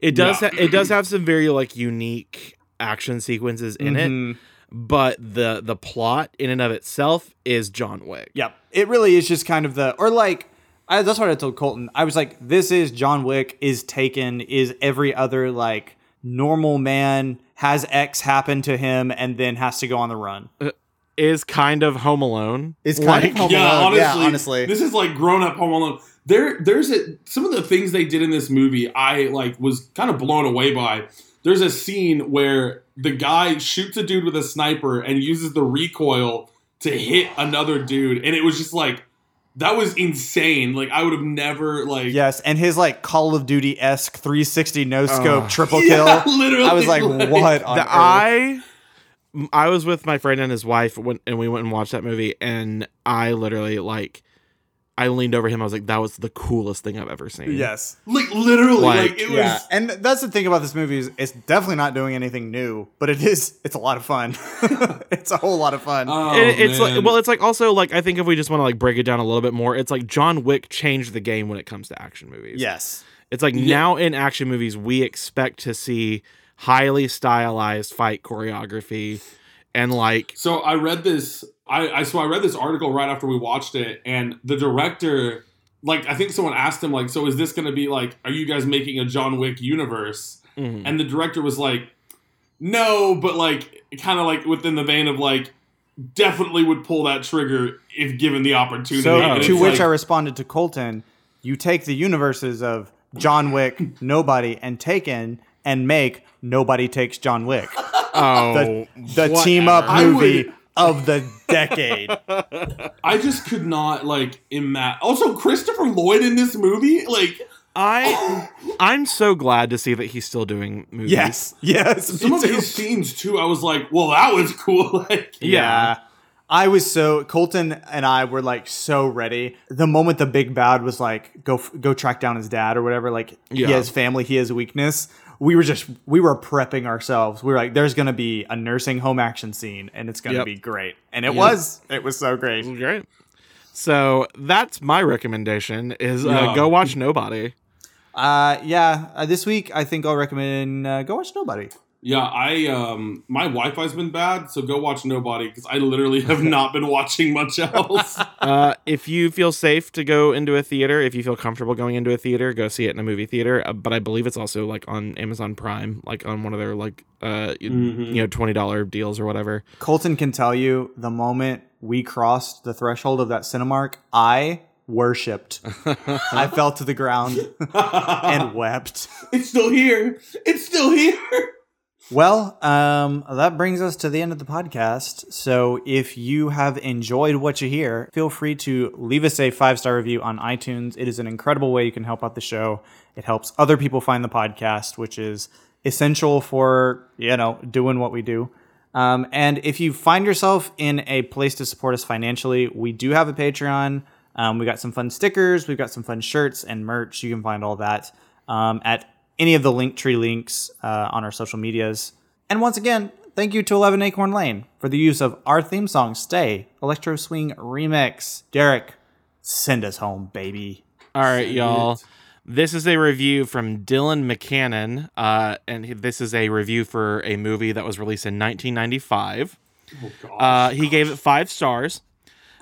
[SPEAKER 2] it does
[SPEAKER 5] Yeah.
[SPEAKER 2] ha- it does have some very like unique action sequences in it,
[SPEAKER 1] Mhm.
[SPEAKER 2] but the the plot in and of itself is John Wick.
[SPEAKER 1] Yep. It really is just kind of the or like I, that's what I told Colton. I was like, this is John Wick is taken is every other like normal man has X happen to him and then has to go on the run.
[SPEAKER 2] Is kind of Home Alone.
[SPEAKER 1] It's kind
[SPEAKER 2] Like-
[SPEAKER 1] of Home
[SPEAKER 5] yeah,
[SPEAKER 1] Alone.
[SPEAKER 5] honestly,
[SPEAKER 1] yeah, honestly.
[SPEAKER 5] this is like grown up Home Alone. There, there's a, some of the things they did in this movie. I like was kind of blown away by. There's a scene where the guy shoots a dude with a sniper and uses the recoil to hit another dude, and it was just like that was insane. Like I would have never like
[SPEAKER 1] yes, and his like Call of Duty esque 360 no scope triple kill.
[SPEAKER 5] Yeah, literally.
[SPEAKER 1] I was like, what on
[SPEAKER 2] The-
[SPEAKER 1] earth?
[SPEAKER 2] I I was with my friend and his wife when and we went and watched that movie and I literally like I leaned over him. I was like, "That was the coolest thing I've ever seen."
[SPEAKER 1] yes.
[SPEAKER 5] Like literally, like,
[SPEAKER 2] Like,
[SPEAKER 5] it was.
[SPEAKER 1] Yeah, and that's the thing about this movie is it's definitely not doing anything new, but it is it's a lot of fun. it's a whole lot of fun.
[SPEAKER 5] Oh,
[SPEAKER 2] And it's
[SPEAKER 5] man.
[SPEAKER 2] like well it's like also like i think if we just want to like break it down a little bit more it's like john wick changed the game when it comes to action movies
[SPEAKER 1] yes.
[SPEAKER 2] it's like now in action movies we expect to see highly stylized fight choreography and like
[SPEAKER 5] So I read this. I, I so I read this article right after we watched it, and the director, like, I think someone asked him, like, so is this going to be like, are you guys making a John Wick universe?
[SPEAKER 1] Mm-hmm.
[SPEAKER 2] mhm.
[SPEAKER 5] And the director was like, no, but like kind of like within the vein of like definitely would pull that trigger if given the opportunity.
[SPEAKER 1] So
[SPEAKER 5] And
[SPEAKER 1] to
[SPEAKER 5] it's
[SPEAKER 1] which I
[SPEAKER 5] like,
[SPEAKER 1] responded to Colton, you take the universes of John Wick, Nobody, and Taken, and make Nobody Takes John Wick,
[SPEAKER 2] Oh,
[SPEAKER 1] the, the team up
[SPEAKER 5] I
[SPEAKER 1] movie
[SPEAKER 5] would-
[SPEAKER 1] of the decade.
[SPEAKER 5] I just could not like imagine. Also, Christopher Lloyd in this movie, like
[SPEAKER 2] I I'm so glad to see that he's still doing movies.
[SPEAKER 1] yes, yes. me
[SPEAKER 5] some of
[SPEAKER 1] too.
[SPEAKER 5] his scenes too. I was like, well, that was cool. like,
[SPEAKER 1] Yeah. I was so Colton and I were like so ready. The moment the big bad was like go f- go track down his dad or whatever, like he
[SPEAKER 2] Yeah.
[SPEAKER 1] has family, he has weakness. We were just we were prepping ourselves. We were like, there's gonna be a nursing home action scene, and it's gonna
[SPEAKER 2] Yep. Mm.
[SPEAKER 1] be great. And it was. It was so great.
[SPEAKER 2] Great. So that's my recommendation is uh,
[SPEAKER 5] Yeah.
[SPEAKER 2] go watch Nobody.
[SPEAKER 1] Uh, yeah. Uh, this week I think I'll recommend uh, go watch Nobody.
[SPEAKER 5] yeah. I um, my Wi-Fi's been bad, so go watch Nobody because I literally have not been watching much else.
[SPEAKER 2] Uh, if you feel safe to go into a theater, if you feel comfortable going into a theater, go see it in a movie theater. Uh, but I believe it's also like on Amazon Prime, like on one of their like uh you-
[SPEAKER 5] Mhm.
[SPEAKER 2] you know twenty dollar deals or whatever.
[SPEAKER 1] Colton can tell you the moment we crossed the threshold of that Cinemark, I worshipped. I fell to the ground. and wept.
[SPEAKER 5] it's still here. It's still here.
[SPEAKER 1] Well, um, that brings us to the end of the podcast. So if you have enjoyed what you hear, feel free to leave us a five star review on iTunes. It is an incredible way you can help out the show. It helps other people find the podcast, which is essential for, you know, doing what we do. Um, and if you find yourself in a place to support us financially, we do have a Patreon. Um, we got some fun stickers, we've got some fun shirts and merch. You can find all that um, at any of the Linktree links uh, on our social medias. And once again, thank you to 11 Acorn Lane for the use of our theme song, Stay, Electro Swing Remix. Derek, send us home, baby.
[SPEAKER 2] All right, y'all. This is a review from Dylan McCannon, uh, and he- this is a review for a movie that was released in 1995. uh, he gave it five stars.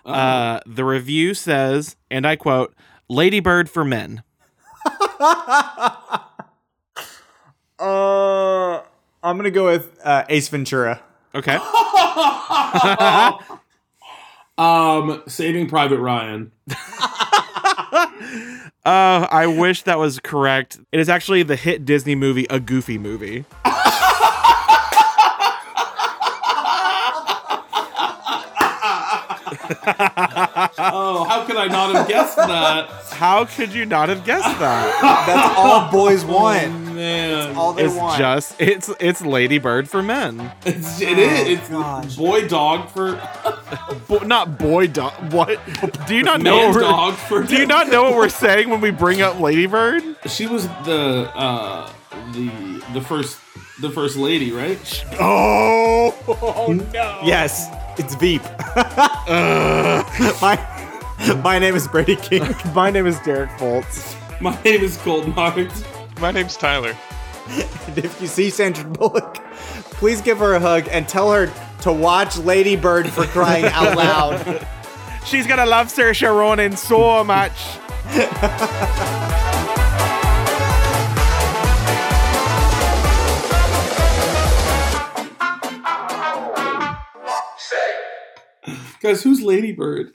[SPEAKER 2] Uh, the review says, and I quote, "Ladybird for men."
[SPEAKER 1] Uh, I'm going to go with uh, Ace Ventura.
[SPEAKER 2] Okay.
[SPEAKER 5] Um, Saving Private Ryan.
[SPEAKER 2] Uh, I wish that was correct. It is actually the hit Disney movie, A Goofy Movie.
[SPEAKER 5] Oh, how could I not have guessed that?
[SPEAKER 2] How could you not have guessed that?
[SPEAKER 1] That's all boys want.
[SPEAKER 5] Man,
[SPEAKER 1] All they
[SPEAKER 2] It's
[SPEAKER 1] want.
[SPEAKER 2] just it's it's Ladybird for men,
[SPEAKER 5] it's, it is. It's
[SPEAKER 1] gosh.
[SPEAKER 5] boy dog for
[SPEAKER 2] Bo- not boy dog. What? Do you not know?
[SPEAKER 5] man
[SPEAKER 2] what we're-
[SPEAKER 5] dog for.
[SPEAKER 2] Do you not know what we're saying when we bring up Ladybird?
[SPEAKER 5] She was the uh the the first the first lady, right?
[SPEAKER 2] Oh,
[SPEAKER 1] yes, it's Veep. my, my name is Brady King.
[SPEAKER 2] my name is Derek Foltz.
[SPEAKER 5] My name is Cold Marks.
[SPEAKER 4] My name's Tyler.
[SPEAKER 1] And if you see Sandra Bullock, please give her a hug and tell her to watch Lady Bird for crying out loud.
[SPEAKER 2] She's gonna love Saoirse Ronan so much.
[SPEAKER 5] Guys, who's Ladybird?